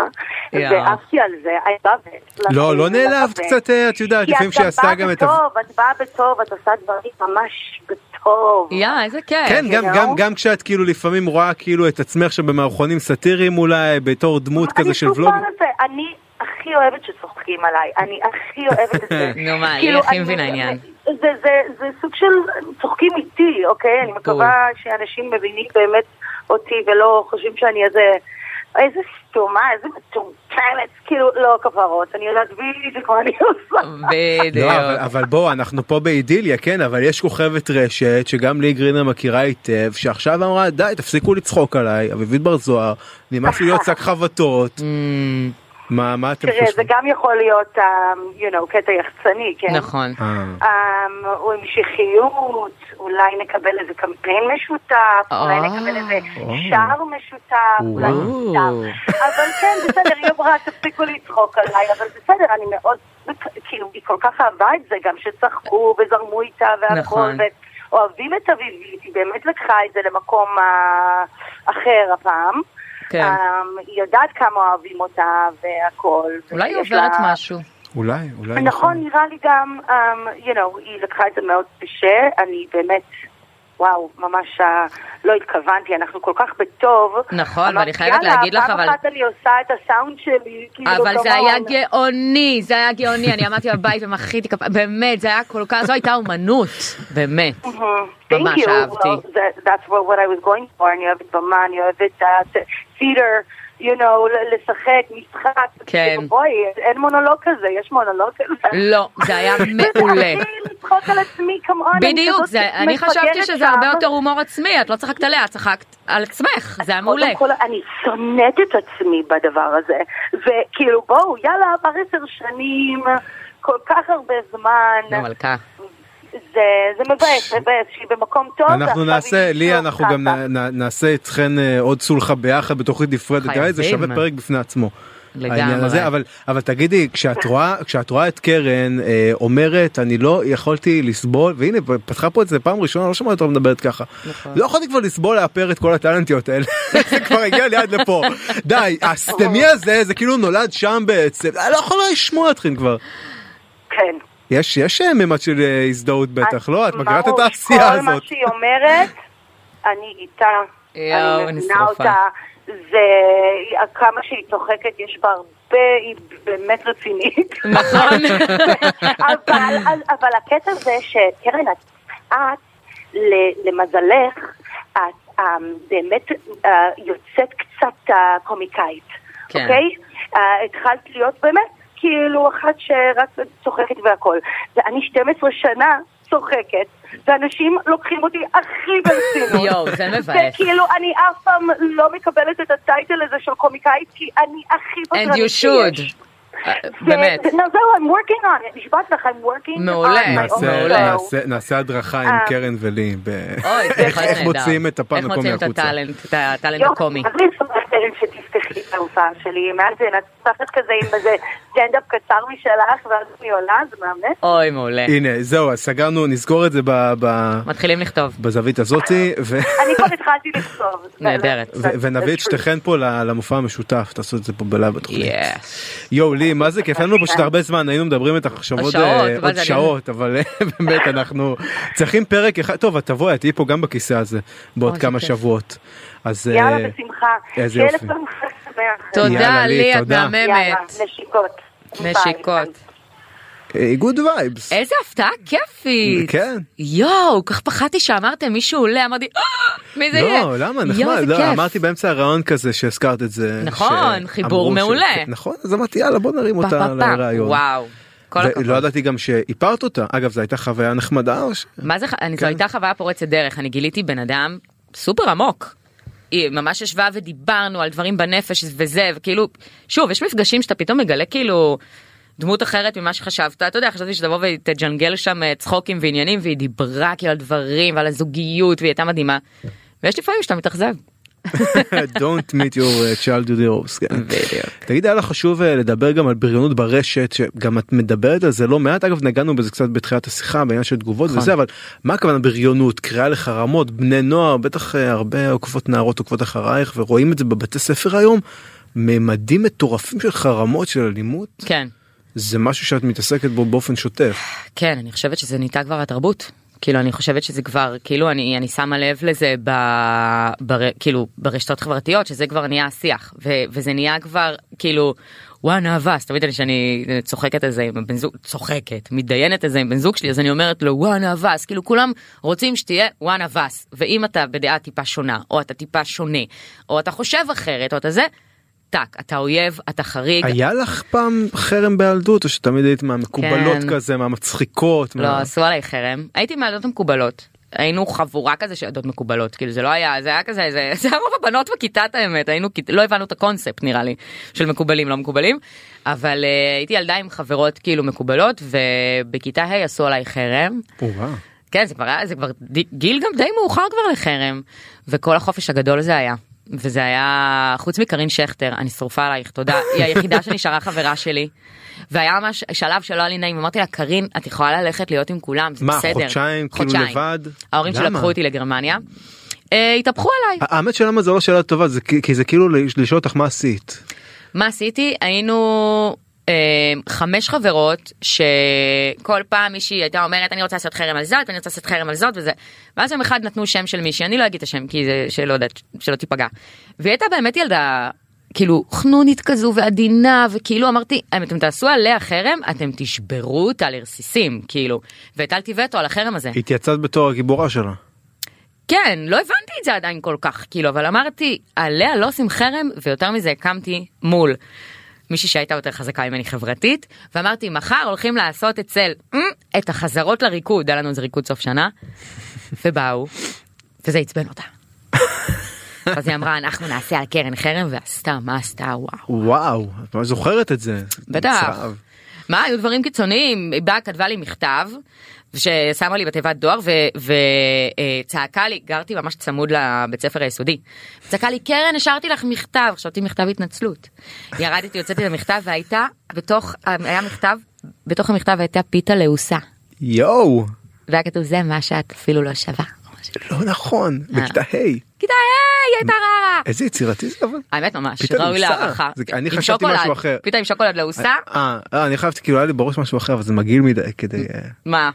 [SPEAKER 2] יואו.
[SPEAKER 4] ועפתי על זה, I love it.
[SPEAKER 3] לא, לא
[SPEAKER 4] לחיים,
[SPEAKER 3] נעלבת
[SPEAKER 4] love it.
[SPEAKER 3] קצת, אה, את יודעת,
[SPEAKER 4] כי
[SPEAKER 3] לפעמים
[SPEAKER 4] את גם
[SPEAKER 3] שעשתה
[SPEAKER 4] באה
[SPEAKER 3] גם את ה-
[SPEAKER 4] בטוב, את באה בטוב, את עושה דברים ממש בטוב.
[SPEAKER 2] יא, איזה כיף.
[SPEAKER 3] כן, גם-
[SPEAKER 4] you know?
[SPEAKER 3] גם- גם כשאת כאילו לפעמים רואה כאילו את עצמך שם במערכונים סאטיריים אולי, בתור דמות כזה של ולוג.
[SPEAKER 4] אני שוב פעם זה, אני הכי אוהבת שצוחקים עליי, אני הכי אוהבת את זה.
[SPEAKER 2] *laughs* נו מה, לי
[SPEAKER 4] כאילו,
[SPEAKER 2] הכי
[SPEAKER 4] אני-
[SPEAKER 2] מבינה עניין.
[SPEAKER 4] זה- זה- זה- זה סוג של צוחקים איתי, אוקיי? אני מקווה שאנשים מבינים באמת אותי ולא חושבים שאני איזה איזה סתומה, איזה מטומטמת, כאילו, לא כפרות, אני יודעת בדיוק מה אני עושה.
[SPEAKER 2] בדיוק.
[SPEAKER 3] לא, אבל, אבל בוא אנחנו פה באידיליה כן אבל יש כוכבת רשת שגם לי גרינר מכירה היטב שעכשיו אמרה די תפסיקו לצחוק עליי אביבית בר זוהר נמאס לי להיות שק חבטות
[SPEAKER 2] Mm,
[SPEAKER 3] מה מה אתם
[SPEAKER 4] תראה, זה
[SPEAKER 3] חושבים.
[SPEAKER 4] גם יכול להיות, um, you know, קטע יחצני, כן?
[SPEAKER 2] נכון.
[SPEAKER 3] אה,
[SPEAKER 4] אמ, או המשכיות, אולי נקבל איזה קמפיין משותף, אולי
[SPEAKER 2] אה.
[SPEAKER 4] נקבל איזה
[SPEAKER 3] אה.
[SPEAKER 4] שער משותף, אולי
[SPEAKER 3] וואו.
[SPEAKER 4] משותף. אבל כן, בסדר, היא אמרה, תפסיקו לצחוק עליי, אבל בסדר, אני מאוד, כאילו, היא כל כך אהבה את זה, גם שצחקו וזרמו איתה והכל,
[SPEAKER 2] נכון.
[SPEAKER 4] ואוהבים את אביבית, היא באמת לקחה את זה למקום אה, אחר הפעם.
[SPEAKER 2] כן.
[SPEAKER 4] אמ, היא יודעת כמה אוהבים אותה והכל.
[SPEAKER 2] אולי היא
[SPEAKER 4] ויש לה-
[SPEAKER 2] עוברת משהו.
[SPEAKER 3] אולי אולי
[SPEAKER 4] נכון, נראה לי גם, um, you know, היא לקחה את זה מאוד קשה, אני באמת, וואו, ממש uh, לא התכוונתי, אנחנו כל כך בטוב.
[SPEAKER 2] נכון, ואני
[SPEAKER 4] אמרתי,
[SPEAKER 2] חייבת
[SPEAKER 4] "יאללה,
[SPEAKER 2] להגיד לך,
[SPEAKER 4] פעם
[SPEAKER 2] אבל-
[SPEAKER 4] אחת אני עושה את הסאונד שלי, כאילו,
[SPEAKER 2] אבל זה
[SPEAKER 4] כמוהם.
[SPEAKER 2] היה גאוני, זה היה גאוני, אני עמדתי בבית ומחיתי כפיים, באמת, זה היה כל כך, זו הייתה אומנות, באמת.
[SPEAKER 4] *laughs* Mhm.
[SPEAKER 2] ממש
[SPEAKER 4] Thank you.
[SPEAKER 2] אהבתי.
[SPEAKER 4] Well, that, that's what, what I was going for, אני אוהבת במה, אני אוהבת uh, theater, you know, ל- לשחק, משחק. כאילו,
[SPEAKER 2] כן.
[SPEAKER 4] בואי, אין מונולוג כזה, יש מונולוג כזה.
[SPEAKER 2] לא, זה
[SPEAKER 4] *laughs*
[SPEAKER 2] היה מעולה.
[SPEAKER 4] זה מתחיל לצחוק על עצמי, come on, אני
[SPEAKER 2] בדיוק,
[SPEAKER 4] כזאת
[SPEAKER 2] זה- אני
[SPEAKER 4] מפגרת
[SPEAKER 2] חשבתי שזה הרבה
[SPEAKER 4] שם.
[SPEAKER 2] יותר הומור עצמי, את לא צחקת עליה, את צחקת על עצמך, זה היה מעולה.
[SPEAKER 4] קודם כל, אני שונאת את עצמי בדבר הזה. וכאילו, בואו, יאללה, עבר עשר שנים, כל כך הרבה זמן.
[SPEAKER 3] לא,
[SPEAKER 2] נו, מלכה.
[SPEAKER 4] זה, זה מבאס, מבאס, שהיא במקום טוב.
[SPEAKER 3] אנחנו
[SPEAKER 4] ועכשיו
[SPEAKER 3] נעשה
[SPEAKER 4] נכון. היא
[SPEAKER 3] ליה
[SPEAKER 4] בדיוק
[SPEAKER 3] אנחנו גם
[SPEAKER 4] ככה.
[SPEAKER 3] נ- נ- נעשה אתכן אה, עוד סולחה ביחד בתוכנית נפרדת
[SPEAKER 2] חייבים. אה.
[SPEAKER 3] גם זה שווה פרק בפני עצמו.
[SPEAKER 2] לגמרי.
[SPEAKER 3] העניין הזה, אבל אבל תגידי כשאת רואה כשאת רואה את קרן אה, אומרת אני לא יכולתי לסבול והנה פתחה פה את זה פעם ראשונה לא שמעתי אותה מדברת ככה
[SPEAKER 2] נכון.
[SPEAKER 3] לא יכולתי כבר לסבול לאפר את כל הטלנטיות האלה *laughs* זה כבר הגיע לי עד לפה די הסתמי הזה זה כאילו נולד שם בעצם אני לא יכול לשמוע אתכן כבר
[SPEAKER 4] כן.
[SPEAKER 3] יש יש אה, ממד של אה, הזדהות בטח לא את מכירה את
[SPEAKER 4] ברור,
[SPEAKER 3] התעשייה
[SPEAKER 4] כל מה
[SPEAKER 3] הזאת.
[SPEAKER 4] שהיא אומרת, אני איתה.
[SPEAKER 2] יואו,
[SPEAKER 4] אני
[SPEAKER 2] אני
[SPEAKER 4] מבינה
[SPEAKER 2] שרופה.
[SPEAKER 4] אותה. זה, כמה שהיא צוחקת, יש בה הרבה, היא באמת
[SPEAKER 2] *laughs*
[SPEAKER 4] רצינית.
[SPEAKER 2] נכון.
[SPEAKER 4] אבל, אבל הקטע זה שקרן, את, את ל- למזלך, את אה, באמת אה, יוצאת קצת אה, קומיקאית,
[SPEAKER 2] כן.
[SPEAKER 4] אוקיי? אה, התחלת להיות באמת כאילו אחת שרק צוחקת והכל. ואני 12 שנה צוחקת, ואנשים לוקחים אותי הכי ברצינות.
[SPEAKER 2] *laughs* יואו, זה מבאס.
[SPEAKER 4] וכאילו, אני אף פעם לא מקבלת את הטייטל הזה של קומיקאית, כי אני הכי
[SPEAKER 2] And
[SPEAKER 4] פטרנית
[SPEAKER 2] you
[SPEAKER 4] שיש.
[SPEAKER 2] should. *laughs* באמת.
[SPEAKER 4] זה- זה- לא, זהו, I'm working on it, נשבעת לך, I'm working
[SPEAKER 2] מעולה,
[SPEAKER 4] on my own
[SPEAKER 3] נעשה,
[SPEAKER 2] מעולה.
[SPEAKER 4] show.
[SPEAKER 3] נעשה, נעשה הדרכה עם
[SPEAKER 4] אה.
[SPEAKER 3] קרן ולי ב-
[SPEAKER 2] אוקיי. אוי, זה
[SPEAKER 3] איך,
[SPEAKER 2] יכול להיות
[SPEAKER 3] איך
[SPEAKER 2] נהדר.
[SPEAKER 3] מוציאים את הפן
[SPEAKER 2] איך
[SPEAKER 3] הקומי
[SPEAKER 2] מוציאים את
[SPEAKER 3] החוצה.
[SPEAKER 2] הטאלנט, את הטאלנט
[SPEAKER 4] יופי,
[SPEAKER 2] הקומי.
[SPEAKER 4] אז אני שמחה קרן שתפתחי את ההופעה שלי, מאז זה נצחת כזה עם איזה סטנדאפ קצר משלך, ואז אני עולה, זה מהמם.
[SPEAKER 2] אוי, מעולה.
[SPEAKER 3] הנה זהו אז סגרנו נסגור את זה ב, ב,
[SPEAKER 2] מתחילים לכתוב.
[SPEAKER 3] בזווית הזאתי ו,
[SPEAKER 4] אני כבר התחלתי לכתוב.
[SPEAKER 2] נהדרת.
[SPEAKER 3] ו, ונביא את שתיכן פה ל- למופע המשותף תעשו את זה פה בלב בתוכנית.
[SPEAKER 2] יס.
[SPEAKER 3] יואו לי מה זה כיף לנו פשוט הרבה זמן היינו מדברים איתך עכשיו עוד,
[SPEAKER 2] השעות,
[SPEAKER 3] אה,
[SPEAKER 2] מה זה,
[SPEAKER 3] עוד
[SPEAKER 2] אני-
[SPEAKER 3] שעות אבל אה, *laughs* באמת אנחנו צריכים פרק אחד טוב את תבואי את תהיי פה גם בכיסא הזה בעוד
[SPEAKER 2] אוי,
[SPEAKER 3] כמה
[SPEAKER 2] זה כיף.
[SPEAKER 3] שבועות. אז אה,
[SPEAKER 4] יאללה, בשמחה.
[SPEAKER 3] איזה
[SPEAKER 4] שיהיה
[SPEAKER 3] יופי.
[SPEAKER 4] לכם חג שמח.
[SPEAKER 2] תודה,
[SPEAKER 3] יאללה, לי,
[SPEAKER 2] לי, את
[SPEAKER 3] תודה.
[SPEAKER 4] יאללה,
[SPEAKER 2] מהממת.
[SPEAKER 4] נשיקות. ביי.
[SPEAKER 2] נשיקות.
[SPEAKER 3] אה, good vibes.
[SPEAKER 2] איזה הפתעה כיפית.
[SPEAKER 3] כן.
[SPEAKER 2] יואו, כך פחדתי שאמרתם מישהו עולה, אמרתי, "אה, מי זה יהיה?
[SPEAKER 3] לא, למה?
[SPEAKER 2] יואו,
[SPEAKER 3] נחמד.
[SPEAKER 2] איזה
[SPEAKER 3] לא,
[SPEAKER 2] כיף.
[SPEAKER 3] אמרתי באמצע הרעיון כזה שהזכרת את זה.
[SPEAKER 2] נכון,
[SPEAKER 3] שאמרו
[SPEAKER 2] חיבור
[SPEAKER 3] ש-
[SPEAKER 2] מעולה.
[SPEAKER 3] נכון, אז אמרתי יאללה בוא נרים
[SPEAKER 2] פה, פה,
[SPEAKER 3] אותה
[SPEAKER 2] פה.
[SPEAKER 3] לרעיון.
[SPEAKER 2] וואו. כל הכבוד.
[SPEAKER 3] לא ידעתי גם שאיפרת אותה. אגב, זו הייתה חוויה נחמדה או ש...
[SPEAKER 2] מה זה, ח- אני-
[SPEAKER 3] כן.
[SPEAKER 2] זו הייתה חוויה פורצת דרך, אני גיליתי בן אדם סופר עמוק. היא ממש ישבה ודיברנו על דברים בנפש וזה, וכאילו, שוב, יש מפגשים שאתה פתאום מגלה כאילו דמות אחרת ממה שחשבת, אתה יודע, חשבתי שתבוא ותג'נגל שם אה, צחוקים ועניינים, והיא דיברה כאילו על דברים ועל הזוגיות, והיא הייתה מדהימה. ויש לפעמים שאתה מתאכזב.
[SPEAKER 3] *laughs* Don't meet your uh, child with yours. כן.
[SPEAKER 2] בדיוק.
[SPEAKER 3] תגיד, היה לך חשוב אה, לדבר גם על בריונות ברשת, שגם את מדברת על זה לא מעט, אגב נגענו בזה קצת בתחילת השיחה בעניין של תגובות
[SPEAKER 2] נכון.
[SPEAKER 3] וזה, אבל מה הכוונה בריונות? קריאה לחרמות, בני נוער, בטח אה, הרבה עוקבות נערות עוקבות אחרייך ורואים את זה בבתי ספר היום, ממדים מטורפים של חרמות, של אלימות,
[SPEAKER 2] כן,
[SPEAKER 3] זה משהו שאת מתעסקת בו באופן שוטף.
[SPEAKER 2] כן, אני חושבת שזה נהייתה כבר התרבות. כאילו, אני חושבת שזה כבר, כאילו, אני, אני שמה לב לזה ב, בר, כאילו, ברשתות חברתיות, שזה כבר נהיה השיח, ו, וזה נהיה כבר, כאילו, וואן אהבה, אז תמיד אני שאני אה, צוחקת על זה עם הבן זוג, צוחקת, מתדיינת על זה עם בן זוג שלי, אז אני אומרת לו וואן אהבה, אז כאילו כולם רוצים שתהיה וואן אהבה, ואם אתה בדעה טיפה שונה, או אתה טיפה שונה, או אתה חושב אחרת, או אתה זה, טאק, אתה אויב, אתה חריג.
[SPEAKER 3] היה לך פעם חרם בילדות או שתמיד היית מהמקובלות
[SPEAKER 2] כן.
[SPEAKER 3] כזה מהמצחיקות?
[SPEAKER 2] לא,
[SPEAKER 3] מה-
[SPEAKER 2] עשו עליי חרם. הייתי מהעדות המקובלות. היינו חבורה כזה של עדות מקובלות, כאילו זה לא היה, זה היה כזה, זה, זה היה רוב הבנות בכיתה את האמת, היינו, כית- לא הבנו את הקונספט נראה לי, של מקובלים לא מקובלים, אבל uh, הייתי ילדה עם חברות כאילו מקובלות, ובכיתה ה' עשו עליי חרם,
[SPEAKER 3] וואו.
[SPEAKER 2] כן זה כבר היה, זה כבר די- גיל גם די מאוחר כבר לחרם, וכל החופש הגדול זה היה, וזה היה, חוץ מקרין שכטר, אני שרופה עלייך, תודה, היא היחידה שנשארה חברה שלי, והיה ממש שלב שלא היה לי נעים, אמרתי לה, קרין, את יכולה ללכת להיות עם כולם, זה
[SPEAKER 3] מה,
[SPEAKER 2] בסדר.
[SPEAKER 3] חודשיים? כאילו לבד?
[SPEAKER 2] ההורים
[SPEAKER 3] למה?
[SPEAKER 2] שלקחו אותי לגרמניה, אה, התהפכו עליי.
[SPEAKER 3] האמת שלמה זה לא שאלה טובה זה כי כי זה כאילו לשאול אותך מה עשית.
[SPEAKER 2] מה עשיתי? היינו אה, חמש חברות שכל פעם מישהי הייתה אומרת אני רוצה לעשות חרם על זאת ואני רוצה לעשות חרם על זאת וזה. ואז יום אחד נתנו שם של מישהי, אני לא אגיד את השם כי זה שלא יודעת, שלא תיפגע. והיא הייתה באמת ילדה כאילו חנונית כזו ועדינה וכאילו אמרתי אם אתם תעשו עליה חרם אתם תשברו אותה לרסיסים כאילו. והטלתי וטו על החרם הזה.
[SPEAKER 3] התייצאת בתור הגיבורה שלה.
[SPEAKER 2] כן, לא הבנתי את זה עדיין כל כך, כאילו, אבל אמרתי, עליה לא עושים חרם, ויותר מזה הקמתי מול מישהי שהייתה יותר חזקה ממני חברתית, ואמרתי, מחר הולכים לעשות אצל אמ, את החזרות לריקוד, היה לנו איזה ריקוד סוף שנה, ובאו, וזה עצבן אותה. *laughs* אז היא אמרה, אנחנו נעשה על קרן חרם, ועשתה, מה עשתה, וואו.
[SPEAKER 3] וואו את ממש זוכרת את זה.
[SPEAKER 2] בטח.
[SPEAKER 3] מצב.
[SPEAKER 2] מה, היו דברים קיצוניים, היא באה, כתבה לי מכתב, ששמה לי בתיבת דואר וצעקה לי, גרתי ממש צמוד לבית ספר היסודי, צעקה לי, קרן, השארתי לך מכתב, חשבתי מכתב התנצלות. ירדתי, הוצאתי את המכתב, והייתה, בתוך, היה מכתב, בתוך המכתב הייתה פיתה לעוסה.
[SPEAKER 3] יואו
[SPEAKER 2] והיה כתוב, זה מה שאת אפילו לא שווה.
[SPEAKER 3] לא נכון
[SPEAKER 2] אה.
[SPEAKER 3] בכיתה ה'
[SPEAKER 2] כיתה, היי, היא הייתה רעה.
[SPEAKER 3] איזה יצירתי זה אבל.
[SPEAKER 2] האמת ממש,
[SPEAKER 3] אה, פיתה
[SPEAKER 2] ראוי
[SPEAKER 3] לעוסה.
[SPEAKER 2] להערכה.
[SPEAKER 3] זה- אני
[SPEAKER 2] עם
[SPEAKER 3] חשבתי
[SPEAKER 2] שוקולד,
[SPEAKER 3] משהו אחר.
[SPEAKER 2] פיתה עם שוקולד לעוסה?
[SPEAKER 3] אה, אה, אני חייבתי כאילו היה לי בראש משהו אחר אבל זה מגעיל מדי כדי אה,
[SPEAKER 2] מה?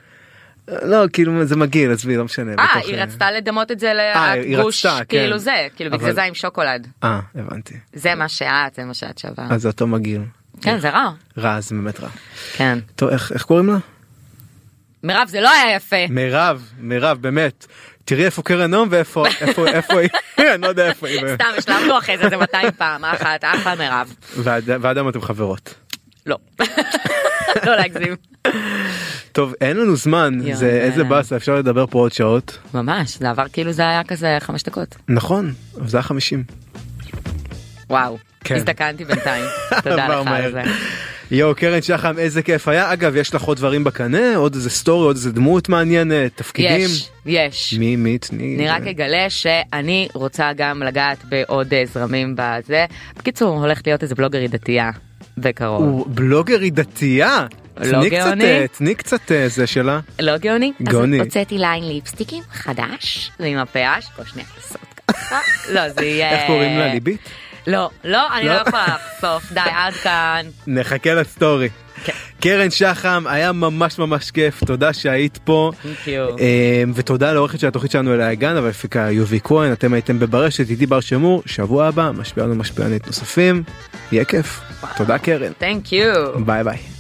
[SPEAKER 3] לא כאילו זה מגעיל עזבי לא משנה.
[SPEAKER 2] אה,
[SPEAKER 3] בתוך,
[SPEAKER 2] היא
[SPEAKER 3] אה,
[SPEAKER 2] רצתה לדמות את זה
[SPEAKER 3] היא
[SPEAKER 2] לגוש,
[SPEAKER 3] רצתה, כן.
[SPEAKER 2] כאילו זה, כאילו
[SPEAKER 3] אבל-
[SPEAKER 2] בגלל זה עם שוקולד.
[SPEAKER 3] אה הבנתי
[SPEAKER 2] זה מה שאת, זה מה שאת שווה.
[SPEAKER 3] אז זה אותו מגעיל.
[SPEAKER 2] כן, זה רע.
[SPEAKER 3] רע זה באמת רע.
[SPEAKER 2] כן.
[SPEAKER 3] טוב איך איך קוראים לה?
[SPEAKER 2] מירב, זה לא היה יפה.
[SPEAKER 3] מירב מירב באמת תראי איפה קרן נום ואיפה איפה
[SPEAKER 2] *laughs*
[SPEAKER 3] איפה היא *laughs* אני לא יודע איפה היא.
[SPEAKER 2] סתם, השלמנו אחרי זה איזה 200 פעם, אחת, אחלה מירב.
[SPEAKER 3] ועד- ועד היום אתם חברות.
[SPEAKER 2] לא. *laughs* לא להגזים.
[SPEAKER 3] טוב אין לנו זמן
[SPEAKER 2] יואו,
[SPEAKER 3] זה איזה
[SPEAKER 2] יאללה.
[SPEAKER 3] באסה אפשר לדבר פה עוד שעות
[SPEAKER 2] ממש, זה עבר כאילו זה היה כזה חמש דקות.
[SPEAKER 3] נכון אבל זה היה 50.
[SPEAKER 2] וואו.
[SPEAKER 3] כן.
[SPEAKER 2] הזדקנתי
[SPEAKER 3] *laughs*
[SPEAKER 2] בינתיים. תודה
[SPEAKER 3] עבר
[SPEAKER 2] לך
[SPEAKER 3] מהר.
[SPEAKER 2] על זה.
[SPEAKER 3] יואו קרן שחם איזה כיף היה אגב יש לך עוד דברים בקנה עוד איזה סטורי עוד איזה דמות מעניינת תפקידים.
[SPEAKER 2] יש, יש.
[SPEAKER 3] מי מי תני. אה,
[SPEAKER 2] אני רק אגלה שאני רוצה גם לגעת בעוד אה, זרמים בזה. בקיצור, הולכת להיות איזה בלוגרית דתייה בקרוב.
[SPEAKER 3] הוא בלוגרית דתייה.
[SPEAKER 2] לא
[SPEAKER 3] תני קצת,
[SPEAKER 2] גאוני.
[SPEAKER 3] אה, תני קצת אה, זה שלה.
[SPEAKER 2] לא גאוני?
[SPEAKER 3] גאוני.
[SPEAKER 2] אז הוצאתי ליין ליפסטיקים חדש, ועם הפאש, פה שנייה לעשות ככה. לא, זה יהיה...
[SPEAKER 3] איך קוראים לה ליבית?
[SPEAKER 2] לא, לא, אני
[SPEAKER 3] לא?
[SPEAKER 2] לא יכולה לחשוף, די, עד כאן.
[SPEAKER 3] נחכה לסטורי. קרן שחם היה ממש ממש כיף תודה שהיית פה
[SPEAKER 2] Thank you.
[SPEAKER 3] אה, ותודה לעורכת של התוכנית שלנו אליה גן אבל הפיקה יובי כהן אתם הייתם ברשת איתי בר שמור שבוע הבא משפיענו ומשפיענית נוספים יהיה כיף תודה קרן
[SPEAKER 2] Thank you.
[SPEAKER 3] ביי ביי.